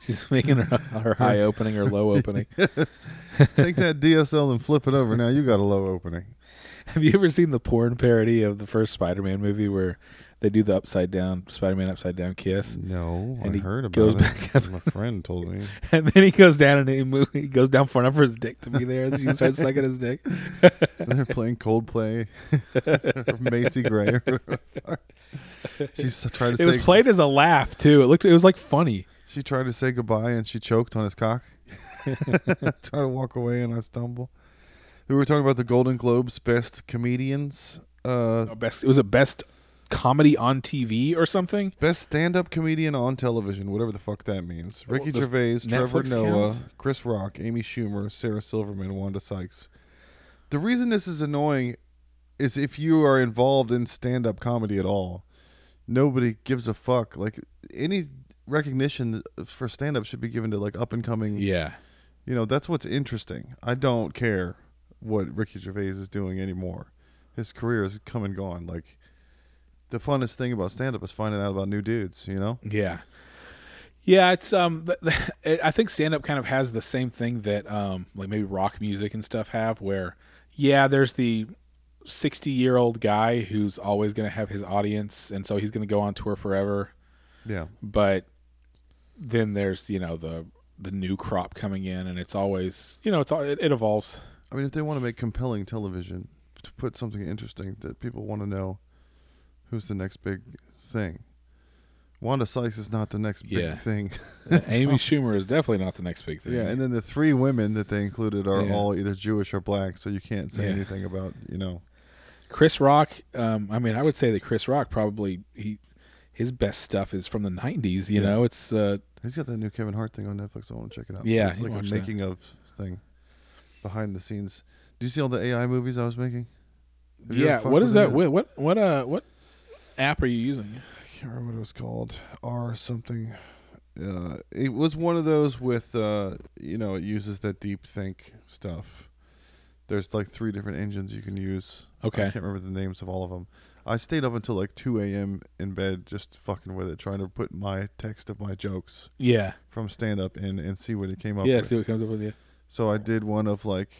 A: she's making her, her high opening or low opening.
B: Take that DSL and flip it over. Now you got a low opening.
A: Have you ever seen the porn parody of the first Spider-Man movie where They do the upside down Spider-Man upside down kiss,
B: No,
A: And
B: I
A: he
B: heard about
A: goes
B: it.
A: back up.
B: My friend told me.
A: and then he goes down and he, move, he goes down far enough for his dick to be there, and she starts sucking his dick.
B: They're playing Coldplay, or Macy Gray. Or whatever. She's trying to
A: It was
B: say
A: played as a laugh too. It looked it was like funny.
B: she tried to say goodbye and she choked on his cock. Trying to walk away and I stumble. We were talking about the Golden Globes best comedians, uh,
A: A Best it was a best comedy on TV or something.
B: best stand-up comedian on television, whatever the fuck that means.
A: Well,
B: Ricky
A: Oh, does
B: Gervais, Trevor
A: Netflix
B: Noah,
A: count?
B: Chris Rock, Amy Schumer, Sarah Silverman, Wanda Sykes. The reason this is annoying is if you are involved in stand-up comedy at all, nobody gives a fuck. Like any recognition for stand-up should be given to like up-and-coming
A: Yeah.
B: You know, that's what's interesting. I don't care what Ricky Gervais is doing anymore. His career is come and gone. Like the funnest thing about stand up is finding out about new dudes, you know?
A: Yeah. Yeah, it's um th- th- it- I think stand up kind of has the same thing that um like maybe rock music and stuff have where yeah, there's the 60-year-old guy who's always going to have his audience and so he's going to go on tour forever,
B: Yeah.
A: but then there's, you know, the the new crop coming in and it's always, you know, it's all, it, it evolves.
B: I mean, if they want to make compelling television, to put something interesting that people want to know who's the next big thing. Wanda Sykes is not the next big
A: Yeah.
B: thing.
A: Amy Schumer is definitely not the next big thing.
B: yeah, and then the three women that they included are
A: Yeah.
B: all either Jewish or black, so you can't say
A: Yeah.
B: anything about, you know.
A: Chris Rock. Um, I mean, I would say that Chris Rock probably he his best stuff is from the '90s. You
B: Yeah.
A: know, it's uh,
B: He's got that new Kevin Hart thing on Netflix. I want to check it out.
A: Yeah,
B: it's
A: you
B: like
A: can
B: a
A: watch that.
B: making of thing, behind the scenes. Do you see all the AI movies I was making? Have you ever
A: yeah.
B: fucked
A: What is that?
B: with any of
A: What what what uh what app are you using?
B: I can't remember what it was called. R something. Uh, it was one of those with uh, you know it uses that deep think stuff. There's like three different engines you can use. I
A: Okay.
B: can't remember the names of all of them. I stayed up until like 2 a.m. in bed just fucking with it, trying to put my text of my jokes
A: Yeah.
B: from stand up in and see what it came up
A: Yeah.
B: with.
A: See what comes up with you.
B: So I did one of like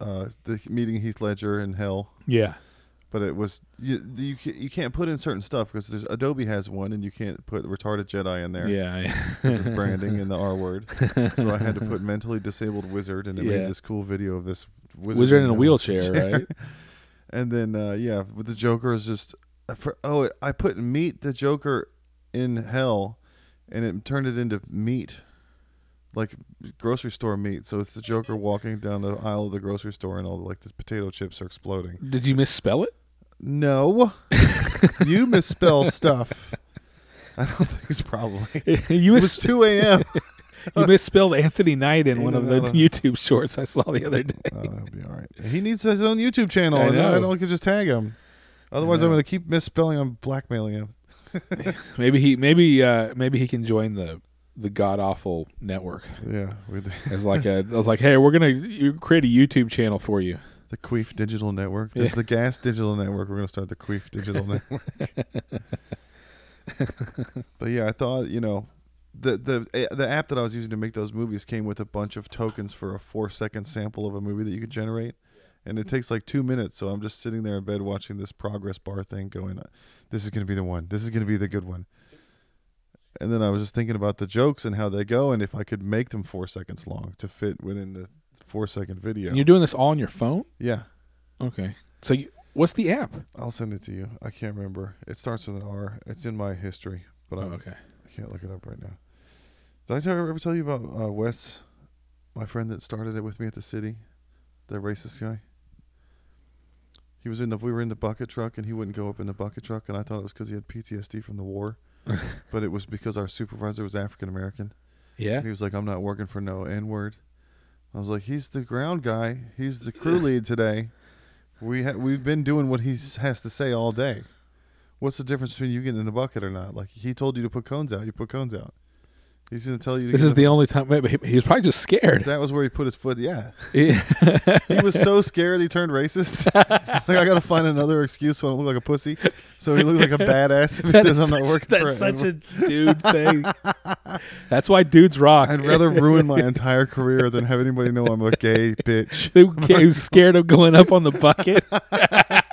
B: uh, the meeting Heath Ledger in hell,
A: Yeah.
B: but it was you you, ca- you can't put in certain stuff because there's Adobe has one and you can't put retarded Jedi in there.
A: Yeah.
B: 'cause it's branding and the R word. So I had to put mentally disabled wizard and it
A: Yeah.
B: made this cool video of this wizard,
A: Wizard in a wheelchair, right?
B: And then uh, yeah, with the Joker is just for, oh I put meet the Joker in hell, and it turned it into meat, like grocery store meat. So it's the Joker walking down the aisle of the grocery store, and all like the potato chips are exploding.
A: Did you misspell it?
B: No, you misspell stuff. I don't think it's probably.
A: you
B: It was
A: mis-
B: two a.m.
A: you misspelled Anthony Knight in
B: Ain't
A: one of the
B: another-
A: YouTube shorts I saw the other day.
B: Oh, that'll be all right. He needs his own YouTube channel,
A: I
B: and then I
A: know.
B: don't I could just tag him. Otherwise, I'm
A: know.
B: going to keep misspelling. I'm blackmailing him.
A: Maybe he maybe uh maybe he can join the the god awful network
B: Yeah, with the-
A: as like a I was like, hey, we're gonna you- create a YouTube channel for you.
B: The Queef Digital Network. There's
A: Yeah.
B: the Gas Digital Network. We're going to start the Queef Digital Network. but yeah, I thought you know, the the eh, the app that I was using to make those movies came with a bunch of tokens for a four second sample of a movie that you could generate, and it takes like two minutes. So I'm just sitting there in bed watching this progress bar thing going. This is going to be the one. This is going to be the good one. And then I was just thinking about the jokes and how they go, and if I could make them four seconds long to fit within the four second video.
A: And you're doing this all on your phone?
B: yeah.
A: Okay. So you, what's the app?
B: I'll send it to you. I can't remember. It starts with an R. It's in my history, but I,
A: Oh, okay.
B: I can't look it up right now. Did I tell, ever tell you about uh, Wes, my friend that started it with me at the city, the racist guy? He was in the. We were in the bucket truck, and he wouldn't go up in the bucket truck, and I thought it was because he had PTSD from the war, but it was because our supervisor was African American.
A: Yeah.
B: And he was like, I'm not working for no N word. I was like, he's the ground guy. He's the crew lead today. We ha- we've been doing what he has to say all day. What's the difference between you getting in the bucket or not? Like he told you to put cones out. You put cones out. He's gonna tell you. To
A: This
B: get
A: is
B: in
A: the only time. Maybe he, he was probably just scared.
B: That was where he put his foot. Yeah,
A: Yeah.
B: he was so scared he turned racist. He's like I gotta find another excuse so I don't look like a pussy. So he looks like a badass if he
A: That
B: says
A: is
B: I'm not
A: such-
B: working for
A: that's
B: an N
A: such
B: word."
A: a dude thing. that's why dudes rock.
B: I'd rather ruin my entire career than have anybody know I'm a gay bitch.
A: They was scared of going up on the bucket.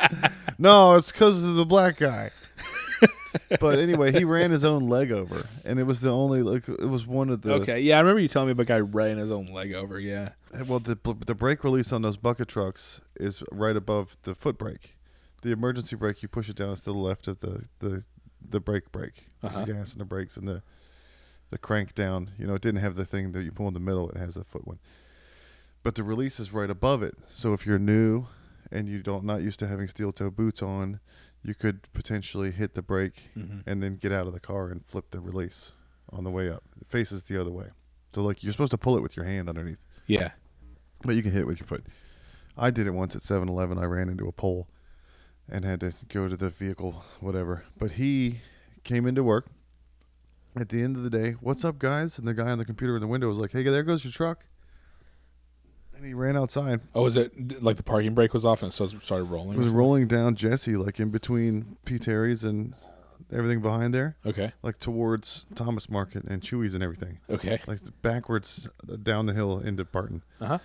B: No, it's because of the black guy. but anyway, he ran his own leg over, and it was the only like it was one of the
A: okay, yeah, I remember you telling me about a guy ran his own leg over. Yeah,
B: Uh, Well, the the brake release on those bucket trucks is right above the foot brake. The emergency brake, you push it down. It's to the left of the the the brake brake. It's
A: Uh-huh.
B: the gas and the brakes and the the crank down. You know, it didn't have the thing that you pull in the middle. It has a foot one, but the release is right above it. So if you're new and you don't not used to having steel toe boots on, you could potentially hit the brake
A: Mhm.
B: and then get out of the car and flip the release on the way up. It faces the other way. So like you're supposed to pull it with your hand underneath
A: yeah.
B: but you can hit it with your foot. I did it once at 7-Eleven. I ran into a pole and had to go to the vehicle, whatever. But he came into work. At the end of the day, what's up, guys? And the guy on the computer in the window was like, "Hey, there goes your truck." And he ran outside.
A: Oh, was it like the parking brake was off and it so- started rolling?
B: It
A: or
B: was
A: something?
B: rolling down Jesse, like in between P. Terry's and everything behind there,
A: Okay,
B: like towards Thomas Market and Chewy's and everything,
A: okay,
B: like backwards uh, down the hill into Barton.
A: uh huh.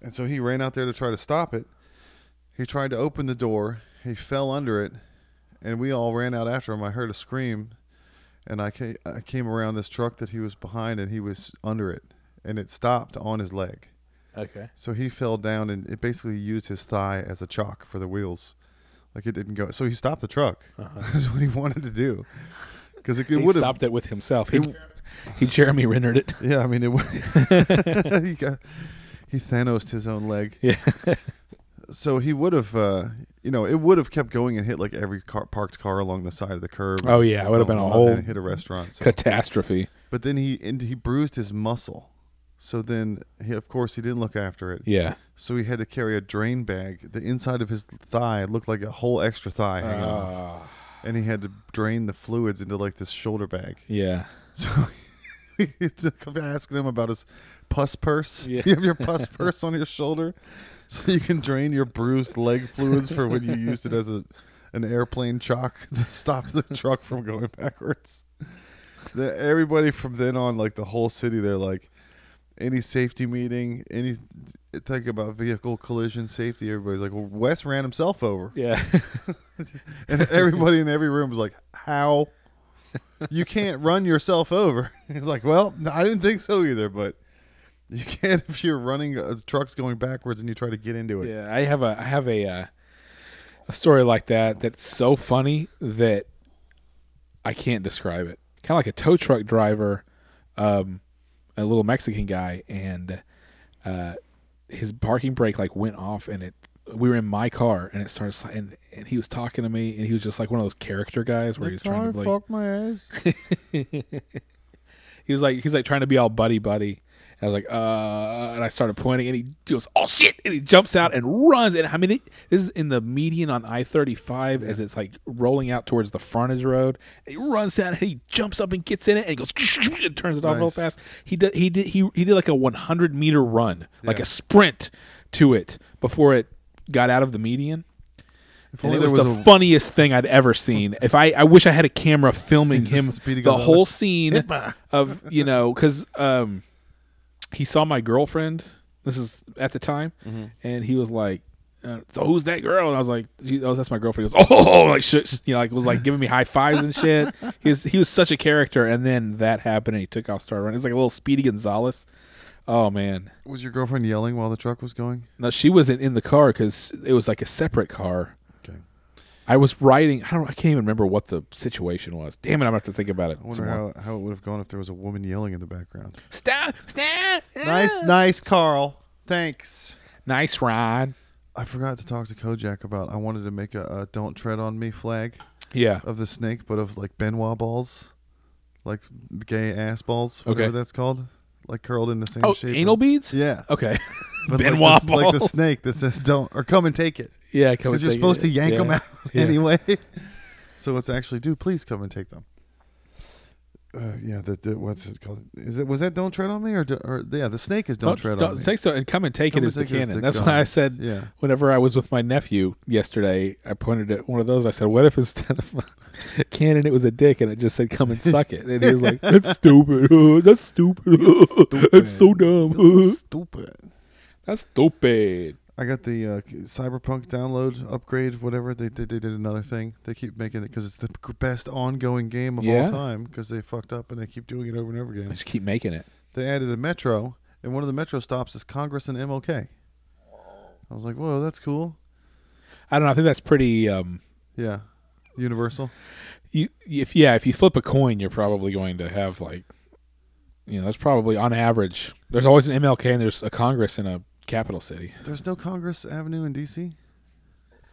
B: And so he ran out there to try to stop it. He tried to open the door. He fell under it, and we all ran out after him. I heard a scream, and I came, I came around this truck that he was behind, and he was under it, and it stopped on his leg.
A: Okay,
B: So he fell down, and it basically used his thigh as a chalk for the wheels. Like it didn't go. So he stopped the truck. That's what he wanted to do, because it,
A: he
B: would have.
A: stopped it with himself. He, he Jeremy rendered it.
B: Yeah, I mean it. would- he got, he Thanos his own leg.
A: Yeah,
B: so he would have, uh, you know, it would have kept going and hit like every car, parked car along the side of the curb.
A: Oh, yeah, it would have been a
B: And
A: whole
B: hit a restaurant. so-
A: catastrophe.
B: But then he and he bruised his muscle, so then he, of course he didn't look after it.
A: Yeah.
B: So he had to carry a drain bag. The inside of his thigh looked like a whole extra thigh, hanging off.
A: Ah,
B: and he had to drain the fluids into like this shoulder bag.
A: yeah.
B: So it's asking him about his pus purse.
A: Yeah.
B: Do you have your pus purse on your shoulder so you can drain your bruised leg fluids for when you used it as a an airplane chalk to stop the truck from going backwards? The, everybody from then on, like the whole city, they're like, any safety meeting, any think about vehicle collision safety. Everybody's like, well, Wes ran himself over,
A: Yeah.
B: and everybody in every room was like, how you can't run yourself over. He's like, well, no, I didn't think so either, but you can't if you're running a truck's going backwards and you try to get into it.
A: Yeah, I have a I have a uh, a story like that that's so funny that I can't describe it. Kind of like a tow truck driver, um, a little Mexican guy, and uh, his parking brake like went off, and it we were in my car, and it started sli- and and he was talking to me, and he was just like one of those character guys where he was trying to like
B: my ass.
A: he was like he's like trying to be all buddy buddy. And I was like, uh, and I started pointing, and he goes, "Oh shit!" And he jumps out and runs. And I mean, it, this is in the median on I thirty five as it's like rolling out towards the frontage road. And he runs down, and he jumps up and gets in it, and he goes and turns it off real
B: Nice.
A: fast. He did, he did, he he did like a one hundred meter run, like
B: Yeah.
A: a sprint to it before it got out of the median.
B: If
A: And
B: only
A: it
B: there
A: was,
B: was,
A: the
B: a,
A: funniest thing I'd ever seen. If I, I wish I had a camera filming
B: He just
A: him
B: speedy
A: the
B: goes,
A: whole
B: "Let's-
A: scene of you know because um, he saw my girlfriend. This is at the time,
B: Mm-hmm.
A: and he was like, uh, "So who's that girl?" And I was like, "She- "Oh, that's my girlfriend." He goes, "Oh, like sh- sh-" you know, like was like giving me high fives and shit. he was he was such a character, and then that happened, and he took off, started running. It's like a little Speedy Gonzalez. Oh man,
B: was your girlfriend yelling while the truck was going?
A: no, she wasn't in the car because it was like a separate car.
B: Okay.
A: I was writing. I don't. I can't even remember what the situation was. Damn it! I'm gonna have to think about it.
B: I wonder
A: some more.
B: how, how it would have gone if there was a woman yelling in the background.
A: Stop! Stop! Ah.
B: nice, Carl. Thanks.
A: nice ride.
B: I forgot to talk to Kojak about I wanted to make a, a don't tread on me flag
A: Yeah.
B: of the snake, but of like Benoit balls. Like gay ass balls, whatever
A: Okay.
B: that's called. Like curled in the same
A: Oh,
B: shape.
A: anal beads.
B: Yeah.
A: Okay.
B: But
A: Benoit
B: like the, like the
A: balls.
B: snake that says don't or come and take it
A: Yeah, come and
B: because you're
A: take
B: supposed
A: it.
B: to yank
A: Yeah.
B: them out
A: Yeah.
B: anyway. So let's actually do. Please come and take them. Uh, yeah, the, the what's it called? Is it was that don't tread on me or, do, or yeah the snake is don't, tread on me.
A: Say so and come and take
B: Come
A: it
B: and
A: as the
B: take it as
A: canon.
B: the
A: That's why I
B: gun.
A: said.
B: Yeah,
A: Whenever I was with my nephew yesterday, I pointed at one of those. I said, "What if instead of a cannon, it was a dick, and it just said come and suck it?" And he was like, "That's stupid. That's stupid. That's so dumb.
B: stupid.
A: That's stupid."
B: I got the uh, Cyberpunk download upgrade, whatever they did. They did another thing. They keep making it because it's the best ongoing game of
A: Yeah.
B: all time because they fucked up and they keep doing it over and over
A: I
B: again.
A: just keep making it.
B: They added a metro, and one of the metro stops is Congress and MLK. I was like, whoa, that's cool.
A: I don't know. I think that's pretty. Um,
B: Yeah, Universal.
A: you if yeah, if you flip a coin, you're probably going to have like, you know, that's probably on average. There's always an MLK and there's a Congress in a capital city.
B: There's no Congress Avenue in DC.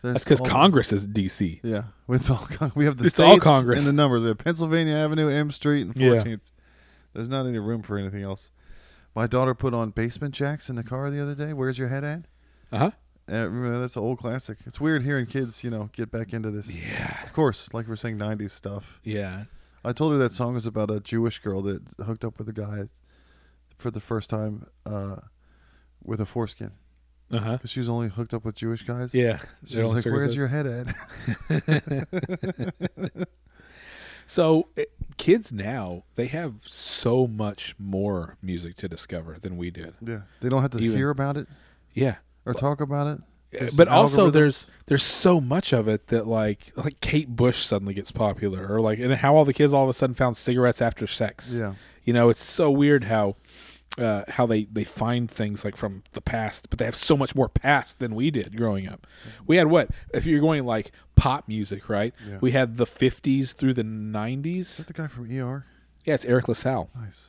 B: There's
A: That's because
B: all-
A: Congress is D.C.
B: Yeah, it's all con- we have the
A: It's all
B: states
A: Congress.
B: and the numbers. We have Pennsylvania Avenue, M Street, and
A: Yeah.
B: Fourteenth. There's not any room for anything else. My daughter put on Basement Jacks in the car the other day. Where's your head at?
A: Uh huh.
B: Uh, remember, that's an old classic. It's weird hearing kids, you know, get back into this.
A: Yeah.
B: Of course, like we're saying, '90s stuff.
A: Yeah.
B: I told her that song was about a Jewish girl that hooked up with a guy for the first time uh, with a foreskin
A: Uh huh.
B: because she was only hooked up with Jewish guys.
A: Yeah.
B: She
A: They're
B: was
A: only
B: like, "Where's
A: circumcised.
B: your head at?"
A: So it, kids now they have so much more music to discover than we did.
B: yeah, they don't have to
A: Even-
B: hear about it
A: Yeah.
B: or talk about it. There's
A: but
B: an
A: also
B: algorithm.
A: there's there's so much of it that like like Kate Bush suddenly gets popular or like and how all the kids all of a sudden found cigarettes after sex.
B: Yeah.
A: You know, it's so weird how uh, how they they find things like from the past, but they have so much more past than we did growing up. We had what if you're going like pop music, right?
B: Yeah.
A: We had the 50s through the
B: Is
A: 90s.
B: that the guy from ER?
A: Yeah, it's Eric LaSalle.
B: Nice.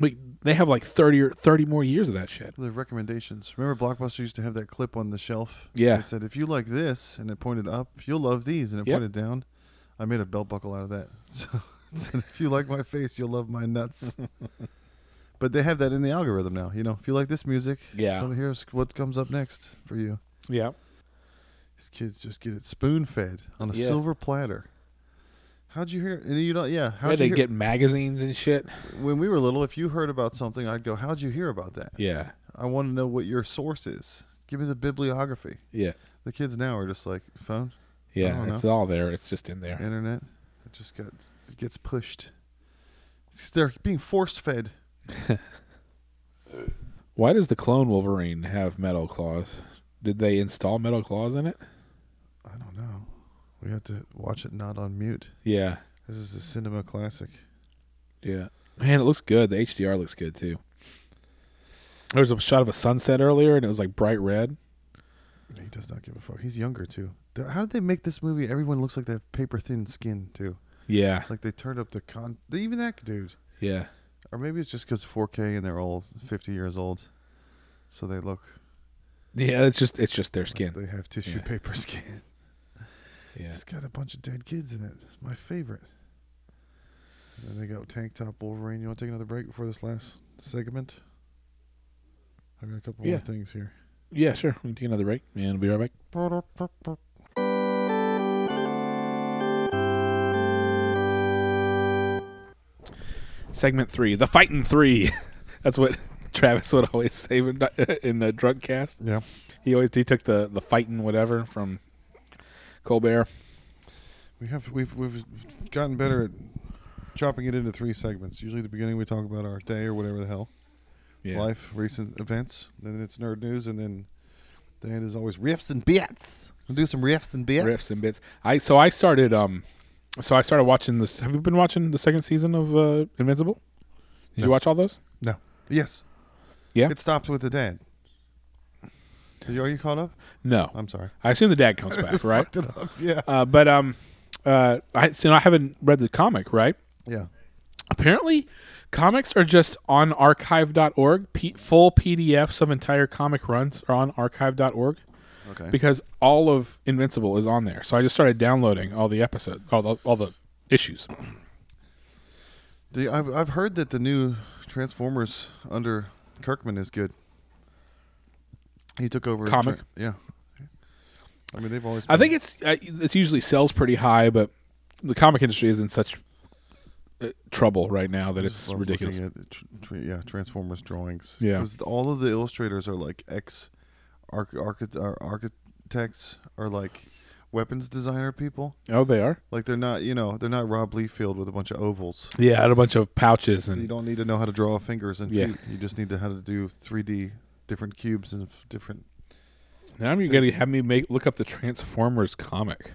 A: Like they have like 30 or 30 more years of that shit.
B: The recommendations. Remember Blockbuster used to have that clip on the shelf?
A: Yeah.
B: It said, if you like this, and it pointed up, you'll love these, and it
A: Yep.
B: pointed down. I made a belt buckle out of that. So it said, if you like my face, you'll love my nuts. but they have that in the algorithm now. You know, if you like this music,
A: Yeah.
B: so here's what comes up next for you.
A: Yeah.
B: These kids just get it spoon fed on a
A: Yeah.
B: silver platter. How'd you hear? And you don't, yeah.
A: How
B: How'd
A: they
B: you hear,
A: get magazines and shit?
B: when we were little? If you heard about something, I'd go, "How'd you hear about that?"
A: Yeah.
B: I want to know what your source is. Give me the bibliography.
A: Yeah.
B: The kids now are just like phone,
A: Yeah,
B: don't
A: it's all there. It's just in there.
B: internet. It just got it gets pushed. It's- They're being force fed.
A: Why does the clone Wolverine have metal claws? Did they install metal claws in it?
B: I don't know. We had to watch it not on mute.
A: Yeah.
B: This is a cinema classic.
A: Yeah. Man, it looks good. The HDR looks good too. There was a shot of a sunset earlier and it was like bright red.
B: He does not give a fuck. He's younger too. Th- How did they make this movie? Everyone looks like they have paper thin skin too.
A: Yeah.
B: Like they turned up the con. Even that dude.
A: Yeah.
B: Or maybe it's just because 4K and they're all 50 years old, so they look
A: Yeah, it's just it's just their
B: like
A: skin.
B: they have tissue
A: Yeah.
B: paper skin.
A: Yeah.
B: It's got a bunch of dead kids in it. It's my favorite. And then they got tank top Wolverine. You want to take another break before this last segment? I've got a couple
A: Yeah.
B: more things here.
A: Yeah, sure. We can take another break and we'll be right back. Segment three, the fighting three. That's what Travis would always say in, in the drunk cast.
B: Yeah.
A: He always he took the the fighting whatever from Colbert.
B: We have we've we've gotten better at chopping it into three segments. Usually at the beginning we talk about our day or whatever the hell.
A: Yeah.
B: Life, recent events, then it's nerd news, and then the end is always riffs and bits. We'll do some riffs and bits.
A: riffs and bits. I so I started um so I started watching this. Have you been watching the second season of uh, Invincible? Did you
B: No.
A: watch all those?
B: Yes.
A: Yeah.
B: It stops with the dad. Are you, are you caught up?
A: No,
B: I'm sorry.
A: I assume the dad comes back, right?
B: Fucked it up. Yeah.
A: Uh, but um, uh, I so I haven't read the comic, right?
B: Yeah.
A: Apparently, comics are just on archive.org. P- full PDFs of entire comic runs are on archive.org
B: Okay.
A: because all of Invincible is on there. So I just started downloading all the episodes, all the, all the issues.
B: The, I've, I've heard that the new Transformers under Kirkman is good. He took over.
A: Comic?
B: Tra- yeah. I mean, they've always.
A: I
B: been-
A: think it's uh, it's usually sells pretty high, but the comic industry is in such uh, trouble right now that
B: I
A: it's
B: just love
A: ridiculous.
B: looking at tr- tr- yeah, Transformers drawings.
A: Yeah.
B: 'Cause all of the illustrators are like ex arch- archi- ar- architects or like weapons designer people.
A: Oh, they are.
B: Like they're not, you know, they're not Rob Liefeld with a bunch of ovals.
A: Yeah, I had a bunch of pouches
B: You
A: and
B: don't need to know how to draw fingers and
A: Yeah.
B: feet. You just need to how to do 3D different cubes and f- different
A: Now you're gonna have me make look up the Transformers comic.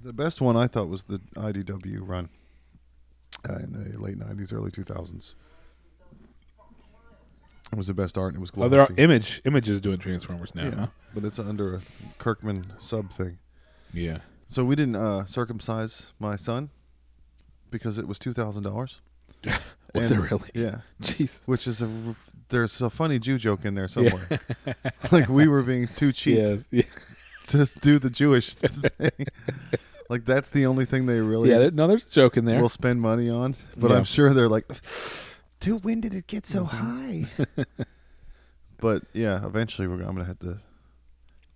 B: The best one I thought was the IDW run uh, in the late '90s, early 2000s. It was the best art, and it was
A: Oh,
B: glossy.
A: there are image images doing Transformers now.
B: yeah,
A: huh?
B: but it's under a Kirkman sub thing.
A: Yeah.
B: So we didn't uh, circumcise my son because it was two thousand dollars.
A: Was
B: And-
A: it really?
B: Yeah,
A: Jeez.
B: which is a r- there's a funny Jew joke in there somewhere. like we were being too cheap
A: Yes. Yeah.
B: to do the Jewish thing. like that's the only thing they really
A: Yeah. that- No, there's a joke in there.
B: will spend money on. But
A: Yeah. Mhm.
B: I'm sure they're like,
C: Dude, when did it get so high?
B: but yeah, eventually we're I'm gonna have to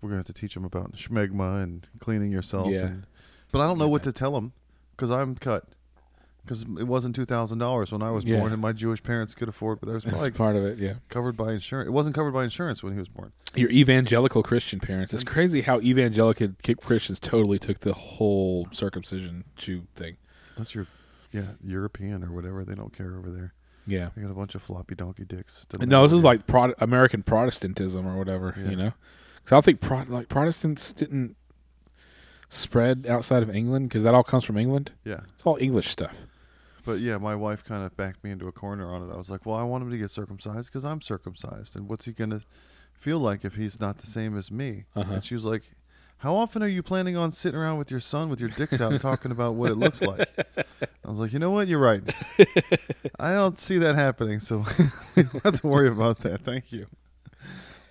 B: we're gonna have to teach them about schmegma and cleaning yourself.
A: Yeah.
B: And, but I don't know what
A: Yeah.
B: to tell them because I'm cut. Because it wasn't two thousand dollars when I was
A: Yeah.
B: born, and my Jewish parents could afford, but that was
A: That's
B: probably
A: part of it. Yeah.
B: covered by insurance. It wasn't covered by insurance when he was born.
A: Your evangelical Christian parents. It's crazy how evangelical ki- Christians totally took the whole circumcision Jew thing.
B: That's your, yeah, European or whatever. They don't care over there.
A: Yeah.
B: They got a bunch of floppy donkey dicks. Doesn't
A: No,
B: matter
A: this
B: what
A: is
B: you-
A: like Prot- American Protestantism or whatever,
B: Yeah.
A: you know. Because I don't think Pro- like Protestants didn't spread outside of England because that all comes from England.
B: yeah.
A: It's all English stuff.
B: But yeah, my wife kind of backed me into a corner on it. I was like, well, I want him to get circumcised because I'm circumcised. And what's he going to feel like if he's not the same as me?
A: Uh-huh.
B: And she was like, how often are you planning on sitting around with your son with your dicks out talking about what it looks like? I was like, you know what? You're right. I don't see that happening. So we don't have to worry about that. Thank you.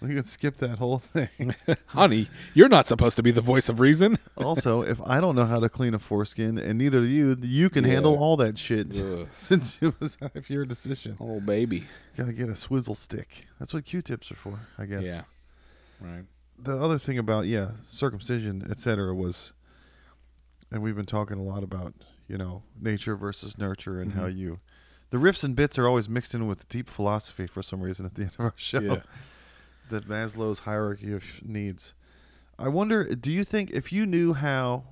B: We can skip that whole thing.
A: Honey, you're not supposed to be the voice of reason.
B: Also, if I don't know how to clean a foreskin and neither do you, you can
A: Yeah.
B: handle all that shit
A: Ugh.
B: since it was out of your decision.
A: Oh, baby.
B: Gotta get a swizzle stick. That's what Q-tips are for, I guess.
A: Yeah. Right.
B: The other thing about yeah, circumcision, etc., was, and we've been talking a lot about you know nature versus nurture and
A: Mm-hmm.
B: how you, the riffs and bits are always mixed in with deep philosophy for some reason at the end of our show.
A: Yeah.
B: That Maslow's hierarchy of needs. I wonder, do you think if you knew how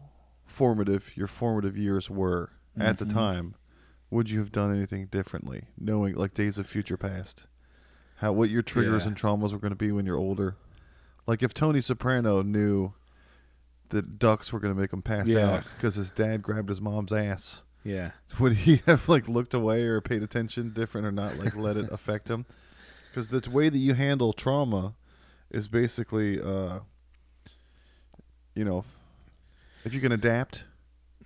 B: formative your formative years were at
A: Mm-hmm.
B: the time, would you have done anything differently, knowing like days of future past, how what your triggers
A: Yeah.
B: and traumas were going to be when you're older? Like if Tony Soprano knew that ducks were going to make him pass
A: Yeah.
B: out because his dad grabbed his mom's ass,
A: Yeah.
B: would he have like looked away or paid attention different or not like let it affect him because the way that you handle trauma is basically uh you know if you can adapt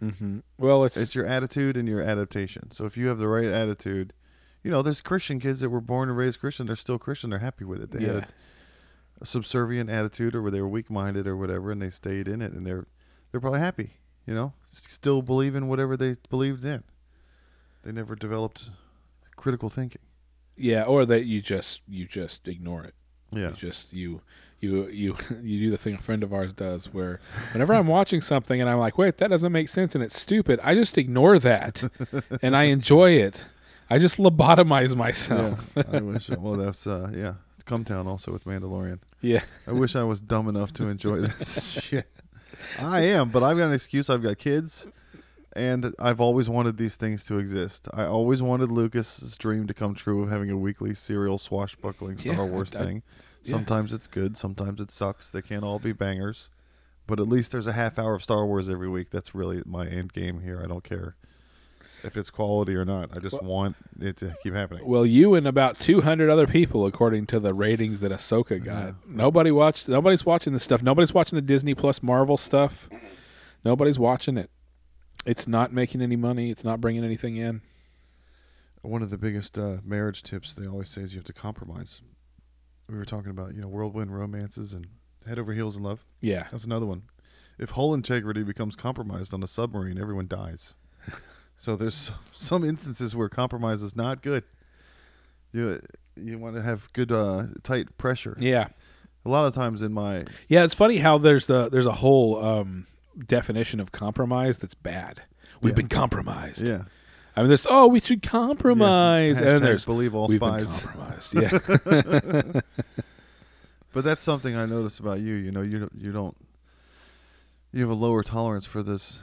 A: Mm-hmm. Well, it's,
B: it's your attitude and your adaptation so if you have the right attitude you know there's christian kids that were born and raised christian they're still christian they're happy with it they
A: yeah.
B: had a, a subservient attitude or where they were weak-minded or whatever and they stayed in it and they're they're probably happy you know s- still believe in whatever they believed in they never developed critical thinking
A: yeah, or that you just you just ignore it.
B: yeah
A: You just you you you you do the thing a friend of ours does where whenever I'm watching something and I'm like, wait, that doesn't make sense and it's stupid, I just ignore that and I enjoy it. I just lobotomize myself.
B: Yeah, I wish. Well, that's uh, yeah. It's Come Town also with Mandalorian.
A: Yeah.
B: I wish I was dumb enough to enjoy this shit. I am, but I've got an excuse. I've got kids, and I've always wanted these things to exist. I always wanted Lucas's dream to come true of having a weekly serial swashbuckling Star
A: Yeah,
B: Wars
A: I- I-
B: thing.
A: yeah.
B: Sometimes it's good, sometimes it sucks. They can't all be bangers, but at least there's a half hour of Star Wars every week. That's really my end game here. I don't care if it's quality or not. I just
A: Well-
B: want it to keep happening.
A: Well, you and about 200 other people, according to the ratings that Ahsoka got. Nobody watched. Nobody's watching this stuff. Nobody's watching the Disney Plus Marvel stuff. Nobody's watching it. It's not making any money. It's not bringing anything in.
B: one of the biggest uh, marriage tips they always say is you have to compromise. We were talking about you know whirlwind romances and head over heels in love.
A: Yeah.
B: That's another one. If hull integrity becomes compromised on a submarine, everyone dies. so there's some instances where compromise is not good. You you want to have good uh, tight pressure.
A: Yeah.
B: A lot of times in my
A: Yeah. It's funny how there's the there's a whole um, definition of compromise that's bad. We've
B: Yeah.
A: been compromised.
B: yeah
A: I mean, there's oh, we should compromise,
B: Yes,
A: and then
B: hashtag
A: there's
B: believe all
A: we've
B: spies.
A: been compromised. Yeah.
B: But that's something I notice about you. You know, you don't- you don't you have a lower tolerance for this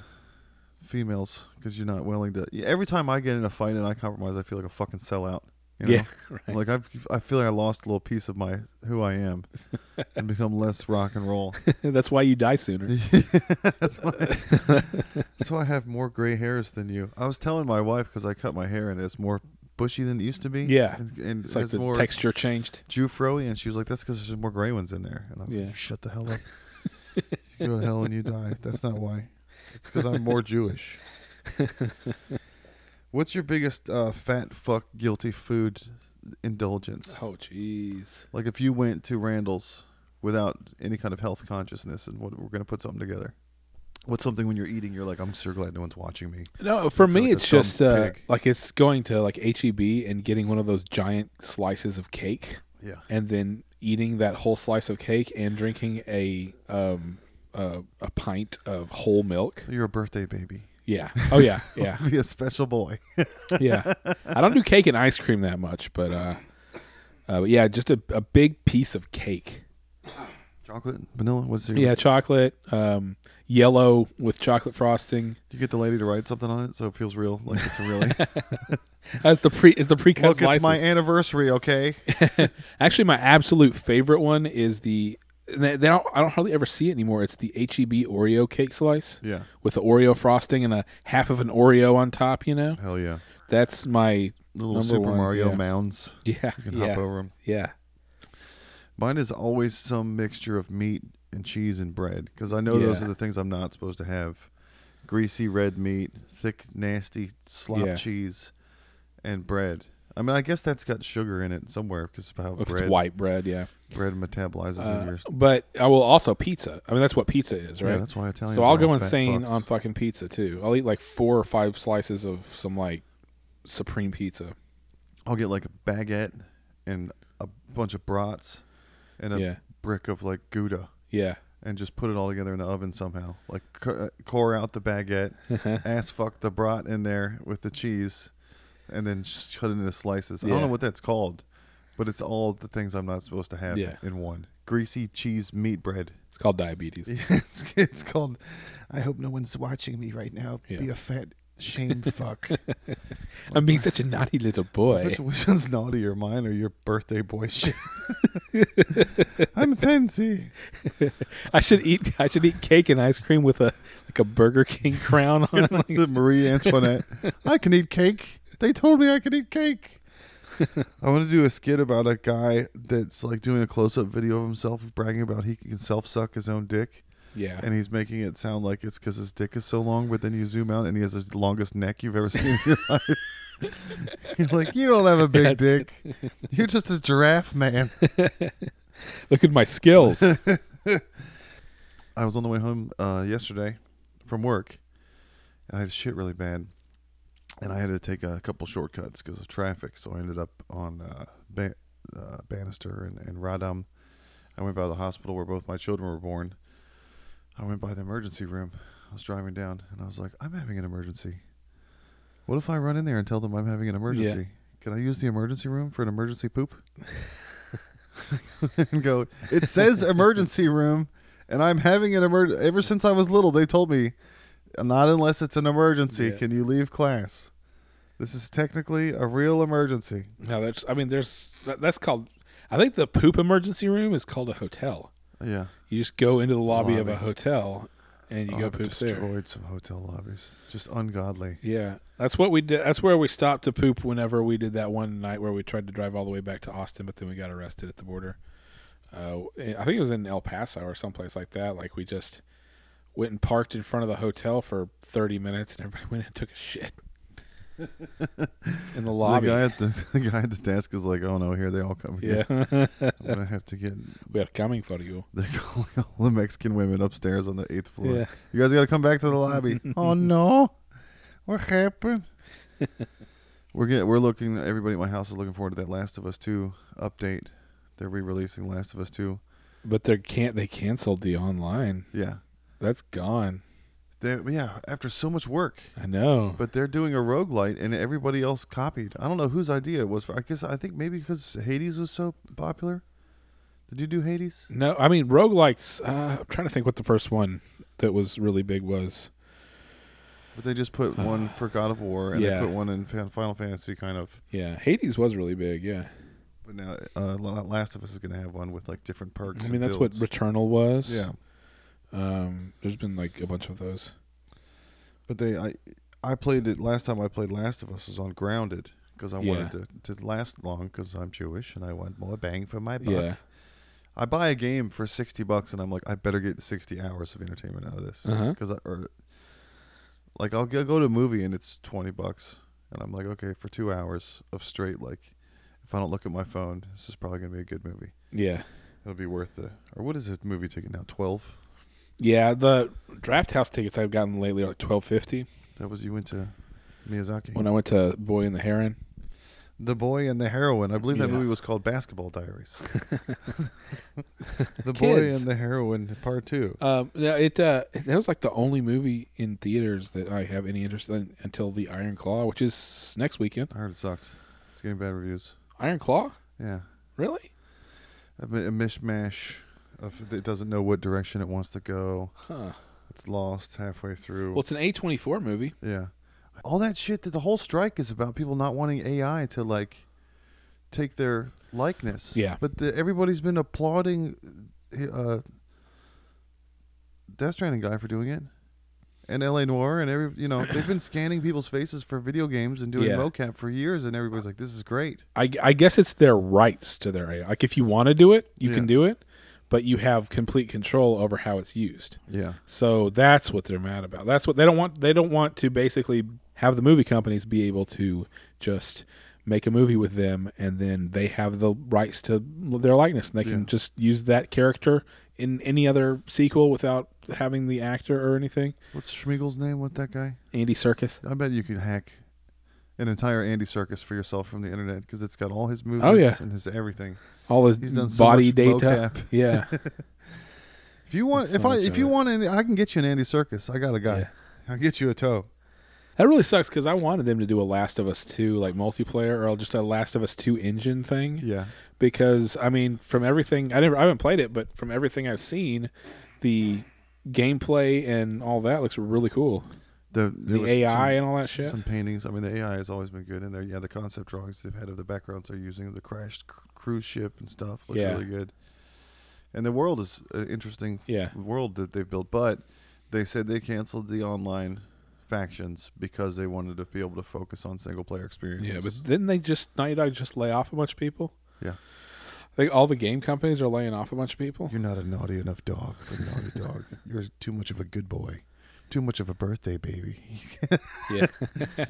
B: females because you're not willing to. Every time I get in a fight and I compromise, I feel like a fucking sellout. You know?
A: Yeah, right.
B: Like I've, I feel like I lost a little piece of my who I am, and become less rock and roll.
A: That's why you die sooner.
B: that's why. that's why I have more gray hairs than you. I was telling my wife because I cut my hair and it's more bushy than it used to be.
A: Yeah.
B: and, and
A: It's
B: it's
A: like the
B: more
A: texture changed.
B: Jufro-y, and she was like, "That's because there's more gray ones in there." And I was
A: Yeah.
B: like, "You "Shut the hell up! you go to hell when you die. That's not why. It's because I'm more Jewish." What's your biggest uh, fat fuck guilty food indulgence?
A: Oh, jeez.
B: Like if you went to Randall's without any kind of health consciousness, and what, we're gonna put something together. What's something when you're eating, you're like, "I'm sure glad no one's watching me."
A: No, for
B: It's
A: me,
B: like a
A: it's just
B: dumb
A: uh,
B: pig.
A: like it's going to like HEB and getting one of those giant slices of cake,
B: Yeah,
A: and then eating that whole slice of cake and drinking a um uh, a pint of whole milk.
B: you're a birthday baby.
A: Yeah. Oh yeah. Yeah.
B: Be a special boy.
A: yeah. I don't do cake and ice cream that much, but uh, uh but yeah, just a, a big piece of cake.
B: Chocolate, vanilla. What's your?
A: Yeah, chocolate, um, yellow with chocolate frosting.
B: Do you get the lady to write something on it so it feels real, like it's a really.
A: That's the pre is the pre-cut
B: Look,
A: slices.
B: it's my anniversary, okay?
A: Actually, my absolute favorite one is the they they don't I don't hardly ever see it anymore. It's the HEB Oreo cake slice
B: yeah.
A: with the Oreo frosting and a half of an Oreo on top. You know,
B: Hell yeah.
A: that's my
B: Little
A: Number
B: Super
A: one,
B: Mario
A: yeah.
B: mounds.
A: yeah
B: You can hop
A: yeah
B: over them.
A: yeah
B: Mine is always some mixture of meat and cheese and bread because I know those
A: Yeah.
B: are the things I'm not supposed to have. Greasy red meat, thick, nasty slop
A: Yeah.
B: cheese, and bread. I mean, I guess that's got sugar in it somewhere because of how
A: if
B: bread,
A: it's white bread. Yeah,
B: bread metabolizes
A: Uh,
B: in your.
A: but I will also pizza. I mean, that's what pizza is,
B: Yeah,
A: right?
B: that's why Italians.
A: so
B: are
A: I'll go
B: all fat
A: insane
B: fucks.
A: on fucking pizza too. I'll eat like four or five slices of some like supreme pizza.
B: I'll get like a baguette and a bunch of brats and a
A: Yeah.
B: brick of like Gouda
A: Yeah,
B: and just put it all together in the oven somehow. Like c- core out the baguette, ass fuck the brat in there with the cheese, and then just cut it into slices. I don't
A: Yeah.
B: know what that's called, but it's all the things I'm not supposed to have
A: Yeah.
B: in one. Greasy cheese meat bread.
A: it's called diabetes.
B: it's, it's called.
C: I hope no one's watching me right now.
A: Yeah.
C: Be a fat shame fuck.
A: I'm being such a naughty little boy.
B: Which, which one's naughty or mine or your birthday boy shit? I'm fancy.
A: I should eat. I should eat cake and ice cream with a like a Burger King crown on. it. Like,
B: the Marie Antoinette. I can eat cake. They told me I could eat cake. I want to do a skit about a guy that's like doing a close-up video of himself bragging about he can self-suck his own dick,
A: yeah,
B: and he's making it sound like it's because his dick is so long. But then you zoom out, and he has the longest neck you've ever seen in your life. You're like, you don't have a big dick. You're just a giraffe man.
A: look at my skills.
B: I was on the way home uh, yesterday from work, and I had shit really bad, and I had to take a couple shortcuts because of traffic. So I ended up on uh, ba- uh, Bannister and, and Radom. I went by the hospital where both my children were born. I went by the emergency room. I was driving down, and I was like, "I'm having an emergency. What if I run in there and tell them I'm having an emergency? Can I use the emergency room for an emergency poop?" and go, "It says emergency room." and I'm having an emergency. Ever since I was little, they told me, not unless it's an emergency,
A: Yeah.
B: can you leave class? This is technically a real emergency.
A: no, there's. I mean, there's. That, that's called. I think the poop emergency room is called a hotel.
B: Yeah,
A: You just go into the lobby, of a
B: Lobby.
A: hotel, and you
B: Oh,
A: go
B: I've
A: poop
B: destroyed
A: there.
B: some hotel lobbies, just ungodly.
A: Yeah, that's what we did. That's where we stopped to poop whenever we did that one night where we tried to drive all the way back to Austin, but then we got arrested at the border. Uh, I think it was in El Paso or someplace like that. Like we just went and parked in front of the hotel for 30 minutes, and everybody went and took a shit in the lobby.
B: The guy at the, the guy at the desk is like, "Oh no, here they all come.
A: yeah,
B: Again. I'm gonna have to get."
A: we are coming for you.
B: They're calling all the Mexican women upstairs on the eighth floor.
A: Yeah.
B: You guys got to come back to the lobby. oh no, what happened? we're get, we're looking. Everybody at my house is looking forward to that Last of Us two update. They're re-releasing Last of Us two.
A: But they can't. They canceled the online.
B: Yeah,
A: That's gone.
B: they yeah. After so much work,
A: I know.
B: but they're doing a roguelite and everybody else copied. I don't know whose idea it was. I guess I think maybe because Hades was so popular. Did you do Hades?
A: No, I mean roguelikes. Uh, I'm trying to think what the first one that was really big was.
B: But they just put one for God of War, and
A: Yeah.
B: they put one in Fan- Final Fantasy, kind of.
A: Yeah, Hades was really big. Yeah,
B: But now, uh, La- Last of Us is going to have one with like different perks.
A: I
B: and
A: mean that's
B: builds.
A: what Returnal was.
B: Yeah,
A: um, there's been like a bunch of those.
B: but they, I, I played it last time. I played Last of Us was on Grounded because I wanted to, to last long because I'm Jewish and I want more bang for my buck.
A: Yeah,
B: I buy a game for sixty bucks, and I'm like, I better get sixty hours of entertainment out of this
A: Uh-huh.
B: because I or like I'll go go to a movie and it's twenty bucks, and I'm like, okay, for two hours of straight, like if I don't look at my phone, this is probably gonna be a good movie.
A: yeah,
B: It'll be worth the or what is a movie ticket now? Twelve.
A: yeah. The draft house tickets I've gotten lately are like twelve fifty.
B: That was you went to Miyazaki.
A: When I went to Boy and the Heron,
B: the boy and the heroine. I believe that
A: Yeah.
B: movie was called Basketball Diaries. the boy
A: Kids.
B: and the heroine, part two.
A: um, no, it uh, that was like the only movie in theaters that I have any interest in until the Iron Claw, which is next weekend.
B: I heard it sucks. It's getting bad reviews.
A: Iron Claw,
B: Yeah.
A: really?
B: a, mi- a mishmash of it doesn't know what direction it wants to go.
A: Huh.
B: It's lost halfway through.
A: Well, it's an A twenty four movie.
B: yeah, all that shit that the whole strike is about people not wanting AI to like take their likeness.
A: Yeah.
B: but the, everybody's been applauding uh, Death Stranding guy for doing it. And LA Noir and every you know they've been scanning people's faces for video games and doing
A: Yeah.
B: mocap for years and everybody's like this is great.
A: I, I guess it's their rights to their AI. Like if you want to do it, you
B: Yeah.
A: can do it, but you have complete control over how it's used.
B: Yeah,
A: So that's what they're mad about. That's what they don't want. They don't want to basically have the movie companies be able to just make a movie with them, and then they have the rights to their likeness, and they can
B: Yeah.
A: just use that character in any other sequel without having the actor or anything.
B: what's Schmiegel's name? What that guy?
A: Andy Circus.
B: I bet you could hack an entire Andy Circus for yourself from the internet because it's got all his movements
A: Oh, yeah.
B: and his everything.
A: All his
B: He's done so
A: body
B: much
A: data.
B: mocap.
A: Yeah.
B: If you want,
A: That's so
B: if I,
A: much
B: if
A: of
B: you
A: it.
B: want, any, I can get you an Andy Circus. I got a guy.
A: Yeah.
B: I'll get you a toe.
A: That really sucks because I wanted them to do a Last of Us 2 like multiplayer or just a Last of Us 2 engine thing.
B: Yeah,
A: Because I mean, from everything I never I haven't played it, but from everything I've seen, the gameplay and all that looks really cool.
B: the
A: The AI and all that
B: some,
A: shit.
B: some paintings. I mean, the AI has always been good in there. Yeah, the concept drawings they've had of the backgrounds they're using, the crashed cr- cruise ship and stuff look
A: Yeah.
B: really good. And the world is an interesting
A: Yeah.
B: world that they've built, but they said they canceled the online factions because they wanted to be able to focus on single player experiences.
A: Yeah, but didn't they just Naughty Dog just lay off a bunch of people?
B: Yeah.
A: I think all the game companies are laying off a bunch of people.
B: You're not a naughty enough dog for naughty dog. You're too much of a good boy. Too much of a birthday baby.
A: Yeah.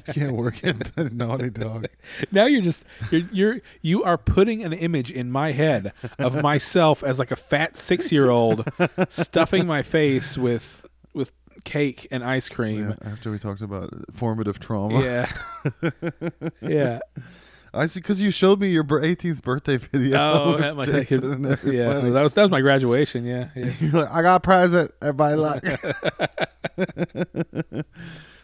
B: You can't work at the naughty dog.
A: now you're just you're, you're you are putting an image in my head of myself as like a fat six year old stuffing my face with with cake and ice cream.
B: after we talked about formative trauma,
A: Yeah, yeah.
B: I see. Because you showed me your bir- 18th birthday video.
A: Oh,
B: with
A: that might
B: Jason and
A: yeah.
B: everybody.
A: no, that was that was my graduation. Yeah, yeah.
B: You're like, I got a present. Everybody like.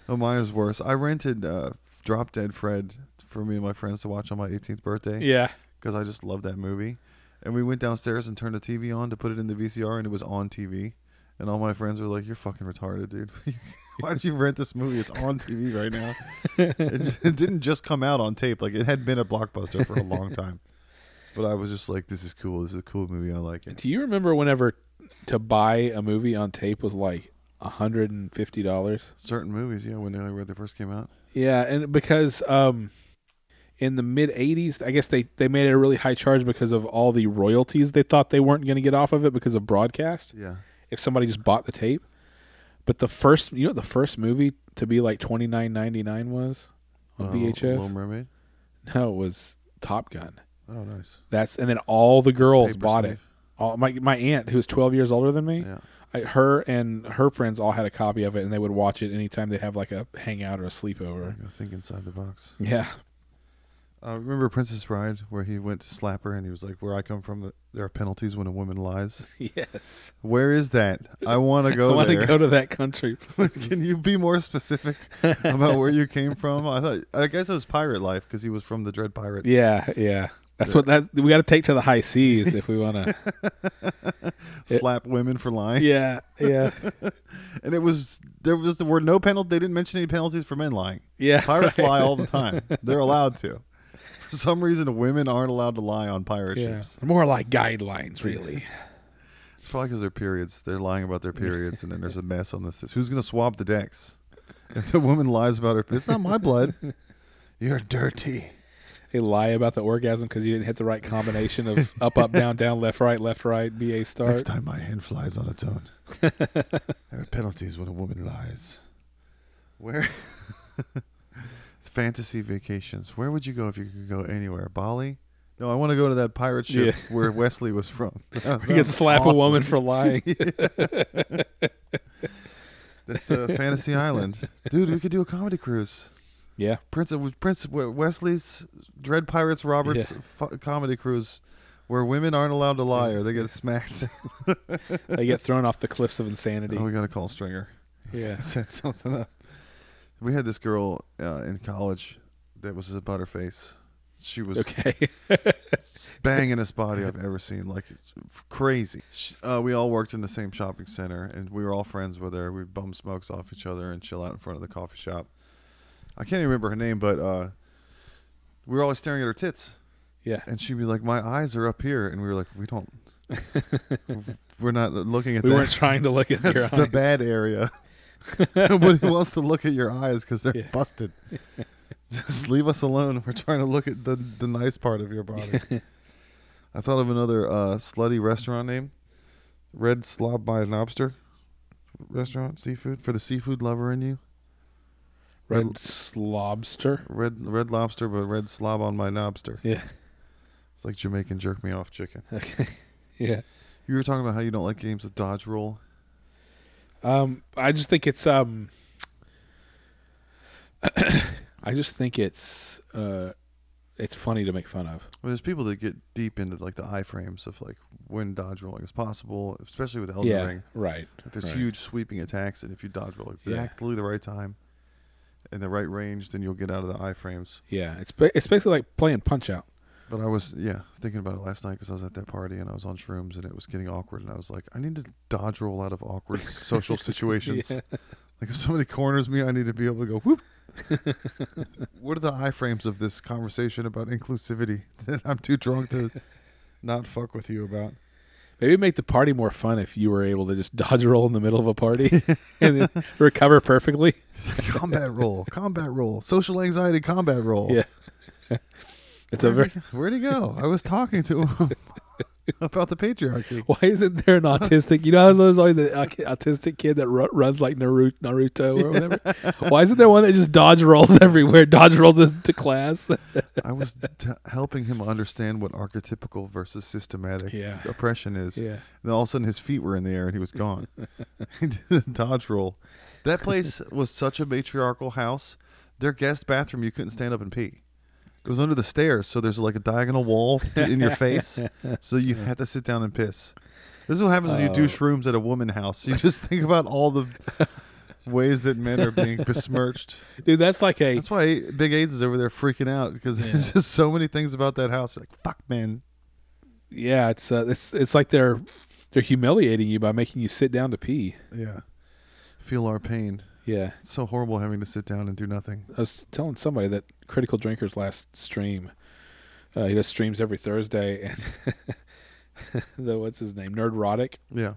B: oh, mine's worse. I rented uh, Drop Dead Fred for me and my friends to watch on my 18th birthday.
A: yeah.
B: because I just love that movie. And we went downstairs and turned the TV on to put it in the VCR, and it was on TV. And all my friends were like, "You're fucking retarded, dude. Why did you rent this movie? It's on TV right now. it, it didn't just come out on tape; like it had been a blockbuster for a long time." But I was just like, "This is cool. This is a cool movie. I like it."
A: Do you remember whenever to buy a movie on tape was like hundred and fifty dollars?
B: Certain movies, yeah, when they when they first came out,
A: Yeah, and because um in the mid 80s, I guess they they made it a really high charge because of all the royalties they thought they weren't going to get off of it because of broadcast
B: yeah,
A: if somebody just bought the tape. But the first, you know, what the first movie to be like 29.99 was on
B: Uh, Little
A: VHS.
B: Mermaid.
A: No, it was Top Gun.
B: Oh, nice.
A: That's and then all the girls
B: Paper
A: bought
B: sleeve.
A: it. All, my my aunt who was 12 years older than me.
B: Yeah,
A: I, her and her friends all had a copy of it and they would watch it anytime they'd have like a hangout or a sleepover.
B: I think inside the box.
A: Yeah.
B: Uh, remember Princess Bride, where he went to slap her, and he was like, "Where I come from, th- there are penalties when a woman lies."
A: Yes.
B: Where is that? I want to go
A: I want
B: there.
A: to go to that country.
B: Can you be more specific about where you came from? I thought I guess it was pirate life because he was from the Dread Pirate
A: yeah, yeah. That's what that we got to take to the high seas if we want to.
B: Slap women for lying.
A: yeah, yeah,
B: And it was there was there were no penalty. They didn't mention any penalties for men lying.
A: yeah.
B: Pirates lie all the time. They're allowed to. For some reason, women aren't allowed to lie on pirate
A: yeah.
B: ships.
A: More like guidelines, really.
B: It's probably because their periods. They're lying about their periods, and then there's a mess on this. Who's going to swab the decks? If the woman lies about her, it's not my blood. You're dirty.
A: They lie about the orgasm because you didn't hit the right combination of up, up, down, down, left, right, left, right, BA
B: Next
A: start.
B: time my hand flies on its own. there are penalties when a woman lies. Where? it's fantasy vacations. Where would you go if you could go anywhere? Bali? No, I want to go to that pirate ship where Wesley was from. That
A: You can
B: sounds
A: slap
B: awesome.
A: a woman for lying.
B: That's uh, Fantasy Island, dude. We could do a comedy cruise.
A: yeah,
B: Prince with Prince Wesley's Dread Pirates Roberts fu- comedy cruise, where women aren't allowed to lie or they get smacked.
A: they get thrown off the cliffs of insanity.
B: oh, we gotta call Stringer.
A: Yeah,
B: set something up. We had this girl uh, in college that was a butterface. She was
A: okay.
B: bangingest body I've ever seen, like it's crazy. She, uh, we all worked in the same shopping center, and we were all friends with her. We'd bum smokes off each other and chill out in front of the coffee shop. I can't even remember her name, but uh, we were always staring at her tits,
A: Yeah,
B: and she'd be like, "My eyes are up here," and we were like, "We don't." we're not looking at
A: we
B: that.
A: weren't trying to look at your
B: That's the
A: eyes.
B: bad area. Nobody wants to look at your eyes because they're
A: Yeah.
B: busted. Just leave us alone. We're trying to look at the, the nice part of your body. I thought of another uh, slutty restaurant name Red Slob by Lobster Restaurant, seafood, for the seafood lover in you.
A: Red lobster.
B: Red red lobster, but red slob on my lobster.
A: Yeah.
B: It's like Jamaican jerk me off chicken.
A: Okay. Yeah.
B: You were talking about how you don't like games with dodge roll.
A: Um, I just think it's um, I just think it's uh, it's funny to make fun of.
B: Well, there's people that get deep into like the iframes of like when dodge rolling is possible, especially with Elden
A: yeah.
B: Ring.
A: Right.
B: Like, there's
A: Right.
B: huge sweeping attacks, and if you dodge roll exactly the right time and the right range, then you'll get out of the iframes.
A: Yeah. It's ba- it's basically like playing Punch Out.
B: But I was yeah thinking about it last night because I was at that party and I was on shrooms and it was getting awkward, and I was like, I need to dodge roll out of awkward social situations.
A: Yeah.
B: Like if somebody corners me, I need to be able to go whoop. what are the iframes of this conversation about inclusivity that I'm too drunk to not fuck with you about?
A: Maybe it'd make the party more fun if you were able to just dodge roll in the middle of a party and then recover perfectly.
B: combat roll, combat roll, social anxiety combat roll.
A: Yeah. It's a very.
B: Where'd he go? I was talking to him about the patriarchy.
A: Why isn't there an autistic? You know, how there's always an au- autistic kid that ru- runs like Naruto, Naruto or whatever. Why isn't there one that just dodge rolls everywhere? Dodge rolls into class.
B: I was t- helping him understand what archetypical versus systematic
A: Yeah.
B: oppression is.
A: Yeah.
B: Then all of a sudden, his feet were in the air and he was gone. he did a dodge roll. That place was such a matriarchal house. Their guest bathroom, you couldn't stand up and pee. It was under the stairs, so there's like a diagonal wall to- in your face, so you had to sit down and piss. This is what happens when you do
A: Oh.
B: shrooms at a woman house. You just think about all the ways that men are being besmirched.
A: Dude, that's like a
B: That's why Big AIDS is over there freaking out because there's just so many things about that house. Like fuck, man.
A: yeah. It's uh, it's it's like they're they're humiliating you by making you sit down to pee.
B: Yeah, feel our pain.
A: Yeah,
B: It's so horrible having to sit down and do nothing.
A: I was telling somebody that Critical Drinker's last stream. Uh, he does streams every Thursday, and the what's his name, Nerd Roddick,
B: Yeah,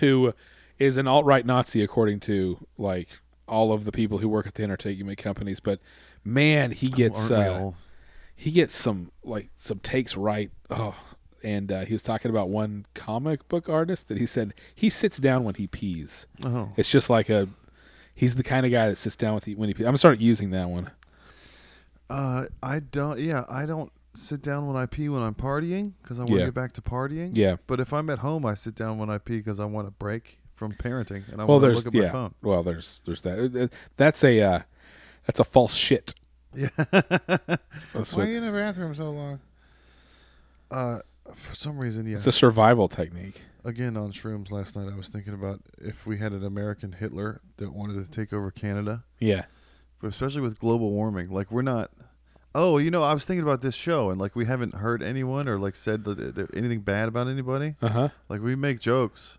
A: who is an alt right Nazi according to like all of the people who work at the entertainment companies. But man, he gets
B: Aren't we
A: uh,
B: all?
A: he gets some like some takes right. Oh, and uh, he was talking about one comic book artist that he said he sits down when he pees.
B: Oh,
A: It's just like a he's the kind of guy that sits down with he, when he pees. I'm gonna start using that one.
B: uh, I don't. Yeah, I don't sit down when I pee when I'm partying because I want to
A: Yeah.
B: get back to partying.
A: Yeah.
B: But if I'm at home, I sit down when I pee because I want a break from parenting and I
A: Well,
B: want to
A: there's
B: look at my
A: yeah.
B: phone.
A: Well, there's there's that. That's a uh, that's a false shit.
B: Yeah.
A: That's what,
B: Why are you in the bathroom so long? Uh, for some reason, yeah.
A: It's a survival technique.
B: Again, on shrooms last night, I was thinking about if we had an American Hitler that wanted to take over Canada,
A: Yeah.
B: but especially with global warming. Like, we're not. Oh, you know, I was thinking about this show, and like we haven't heard anyone or like said that, that anything bad about anybody.
A: Uh huh.
B: Like we make jokes,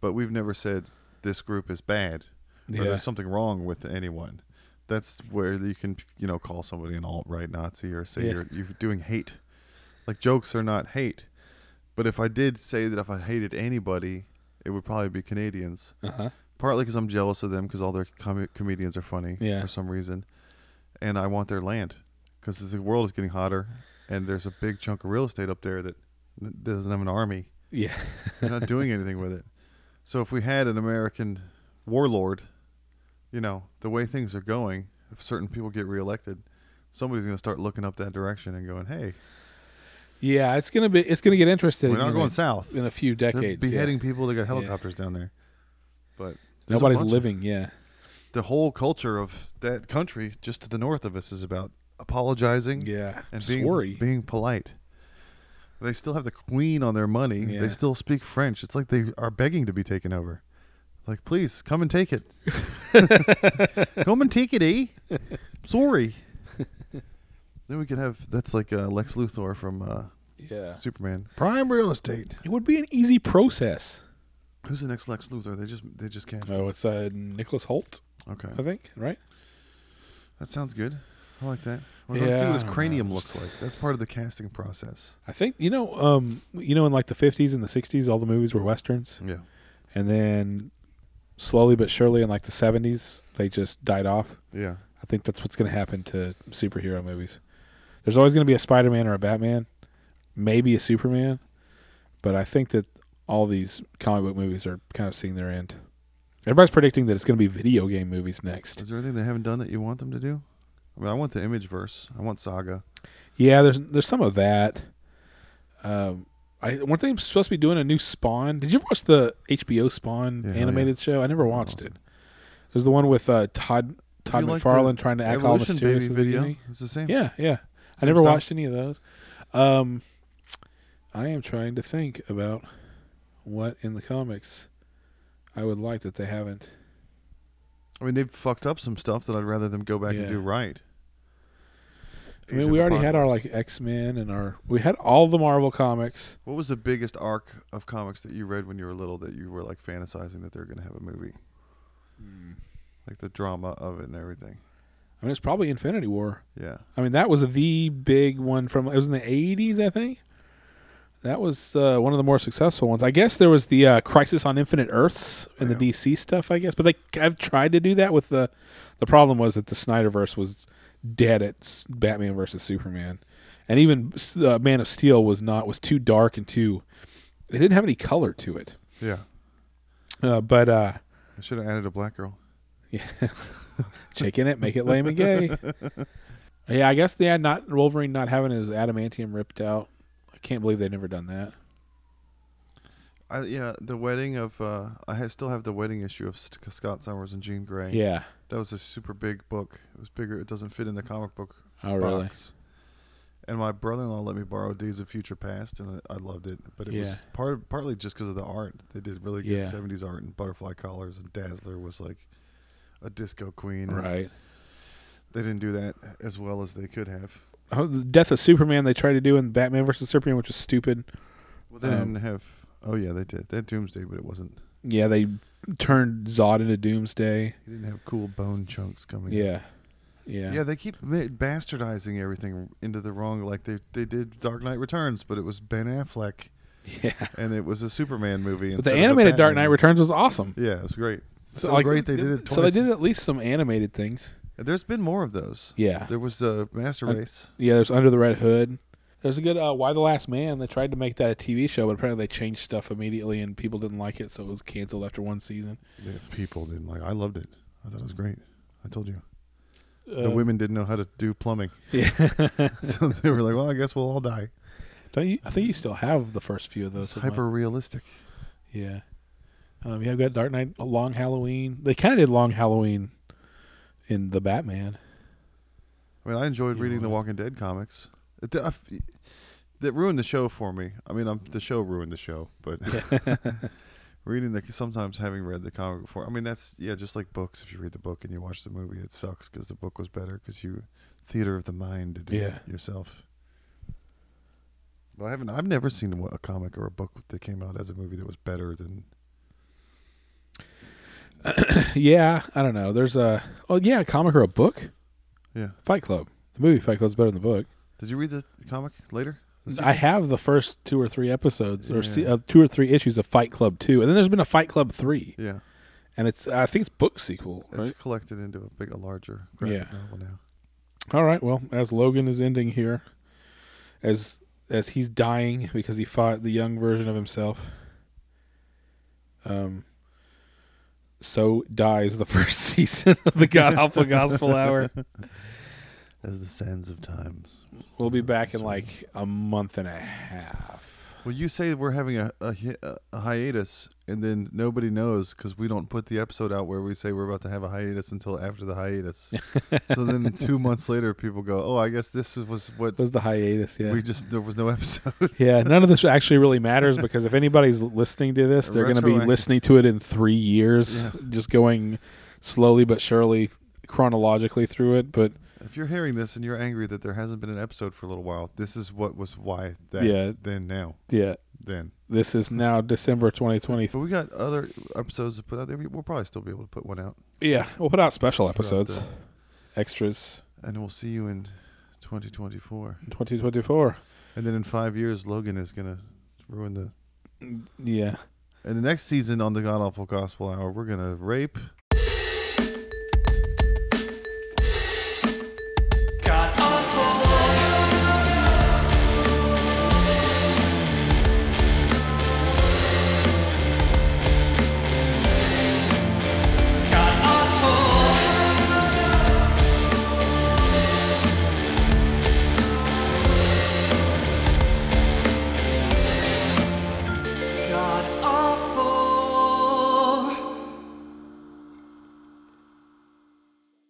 B: but we've never said this group is bad or
A: Yeah.
B: there's something wrong with anyone. That's where you can you know call somebody an alt right Nazi or say
A: Yeah.
B: you're you're doing hate. Like jokes are not hate, but if I did say that if I hated anybody, it would probably be Canadians.
A: Uh huh.
B: Partly because I'm jealous of them because all their com- comedians are funny
A: Yeah.
B: for some reason, and I want their land because the world is getting hotter, and there's a big chunk of real estate up there that n- doesn't have an army.
A: Yeah.
B: They're not doing anything with it. So if we had an American warlord, you know, the way things are going, if certain people get reelected, somebody's going to start looking up that direction and going, "Hey,
A: Yeah. It's gonna be. It's gonna get interesting.
B: we're not
A: in
B: going
A: a,
B: south.
A: in a few
B: They're
A: decades. yeah.
B: beheading people. They got helicopters down there, but there's a
A: Nobody's
B: bunch of-
A: living. Yeah.
B: the whole culture of that country, just to the north of us, is about apologizing
A: Yeah.
B: and being
A: Sorry.
B: being polite. They still have the queen on their money.
A: Yeah.
B: They still speak French. It's like they are begging to be taken over. Like, please come and take it. come and take it, eh? Sorry. then we could have that's like uh, Lex Luthor from uh,
A: yeah.
B: Superman. Prime real estate.
A: It would be an easy process.
B: Who's the next Lex Luthor? They just they just cast. him.
A: Oh, it's uh, Nicholas Holt,
B: Okay,
A: I think. Right.
B: that sounds good. I like that. We're gonna see
A: Yeah, I
B: what his
A: don't know.
B: cranium looks like. That's part of the casting process.
A: I think you know. Um. You know, in like the fifties and the sixties, all the movies were westerns.
B: Yeah.
A: and then slowly but surely in like the 70s they just died off
B: Yeah.
A: i think that's what's going to happen to superhero movies there's always going to be a spider-man or a batman maybe a superman but i think that all these comic book movies are kind of seeing their end everybody's predicting that it's going to be video game movies next
B: Is there anything they haven't done that you want them to do? I mean, I want the image verse. I want Saga.
A: yeah there's there's some of that um I, weren't they supposed to be doing a new Spawn? Did you ever watch the HBO Spawn
B: Yeah, hell yeah.
A: animated show? I never watched
B: Awesome.
A: it. It was the one with uh, Todd Todd
B: You like
A: McFarlane trying to act all
B: Evolution
A: mysterious
B: Baby
A: at the
B: video.
A: beginning.
B: It's the same.
A: Yeah, yeah. I
B: Same
A: never
B: stuff.
A: watched any of those. Um, I am trying to think about what in the comics I would like that they haven't.
B: I mean, they've fucked up some stuff that I'd rather them go back and
A: Yeah.
B: do right.
A: I mean, we already had our like X Men and our we had all the Marvel comics.
B: What was the biggest arc of comics that you read when you were little that you were like fantasizing that they're going to have a movie,
A: Hmm.
B: like the drama of it and everything?
A: I mean, it's probably Infinity War.
B: Yeah.
A: I mean, that was the big one from it was in the '80s, I think. That was uh, one of the more successful ones. I guess there was the uh, Crisis on Infinite Earths and the
B: Yeah.
A: DC stuff. I guess, but they I've tried to do that with the. The problem was that the Snyderverse was dead at s- Batman versus Superman, and even s- uh, Man of Steel was not was too dark and too. It didn't have any color to it,
B: Yeah.
A: uh, but uh,
B: I should have added a black girl.
A: chicken it, make it lame and gay. yeah, I guess they had not Wolverine not having his adamantium ripped out. I can't believe they've never done that.
B: I, yeah, the wedding of uh, I ha- still have the wedding issue of St- Scott Summers and Jean Grey.
A: Yeah.
B: That was a super big book. It was bigger. It doesn't fit in the comic book
A: Oh really?
B: box. And my brother-in-law let me borrow Days of Future Past, and I I loved it. But it
A: Yeah.
B: was part partly just because of the art. They did really good
A: Yeah.
B: '70s art and butterfly collars, and Dazzler was like a disco queen. and
A: Right.
B: They didn't do that as well as they could have.
A: Oh, the death of Superman they tried to do in Batman versus Superman, which is stupid.
B: Well, they
A: Um,
B: didn't have. Oh yeah, they did. They had Doomsday, but it wasn't.
A: Yeah, they turned Zod into Doomsday.
B: He didn't have cool bone chunks coming.
A: Yeah.
B: Yeah.
A: Yeah.
B: they keep ma- bastardizing everything into the wrong. Like they they did Dark Knight Returns, but it was Ben Affleck.
A: Yeah.
B: and it was a Superman movie.
A: But
B: instead
A: the
B: of a
A: animated Dark
B: Batman
A: Knight Returns was awesome.
B: movie. Yeah, it was great. So,
A: like,
B: great they did it twice.
A: So they did at least some animated things.
B: There's been more of those.
A: Yeah.
B: There was a Master
A: Uh,
B: Race.
A: Yeah, there's Under the Red Hood. There's a good uh, Why the Last Man. They tried to make that a TV show, but apparently they changed stuff immediately and people didn't like it, so it was canceled after one season.
B: Yeah, people didn't like. I loved it. I thought it was great. I told you.
A: Mm. Uh,
B: the women didn't know how to do plumbing,
A: Yeah.
B: so they were like, "Well, I guess we'll all die."
A: Don't you, I think you still have the first few of those.
B: It's
A: of mine.
B: hyper realistic.
A: Yeah. Um, yeah, I've got Dark Knight, Long Halloween. They kind of did Long Halloween in the Batman.
B: I mean, I enjoyed
A: You
B: reading
A: know
B: the
A: what?
B: Walking Dead comics. It, I f- that ruined the show for me. I mean, I'm, the show ruined the show, but reading the sometimes having read the comic before. I mean, that's yeah, just like books. If you read the book and you watch the movie, it sucks because the book was better because you theater of the mind to do it
A: Yeah.
B: yourself. But I haven't. I've never seen a comic or a book that came out as a movie that was better than
A: yeah, I don't know. There's a oh yeah, a comic or a book.
B: yeah.
A: Fight Club. The movie Fight Club's better than the book.
B: Did you read the comic later? The
A: I have the first two or three episodes or se-
B: Yeah.
A: uh, two or three issues of Fight Club two, and then there's been a Fight Club three,
B: Yeah,
A: and it's I think it's book sequel.
B: it's
A: Right?
B: collected into a big, a larger graphic novel now.
A: All right. Well, as Logan is ending here, as as he's dying because he fought the young version of himself. Um. So dies the first season of the God Awful Gospel Hour.
B: As the sands of times.
A: We'll be back in like a month and a half.
B: Well, you say we're having a a, hi- a hiatus, and then nobody knows because we don't put the episode out where we say we're about to have a hiatus until after the hiatus. so then two months later, people go, "Oh, I guess this was what
A: It was the hiatus. Yeah.
B: we just there was no episode."
A: Yeah, none of this actually really matters because if anybody's listening to this, they're going to be
B: Retroactive.
A: listening to it in three years, just going slowly but surely chronologically through it. But
B: if you're hearing this and you're angry that there hasn't been an episode for a little while, this is what was why that
A: Yeah.
B: then now
A: yeah,
B: then.
A: this is now December 2020.
B: But we got other episodes to put out there. We- We'll probably still be able to put one out,
A: Yeah, we'll put out special episodes,
B: the-
A: extras
B: and we'll see you in 2024.
A: in 2024.
B: And then in five years, Logan is gonna ruin the
A: Yeah.
B: And the next season on the God Awful Gospel Hour, we're gonna rape,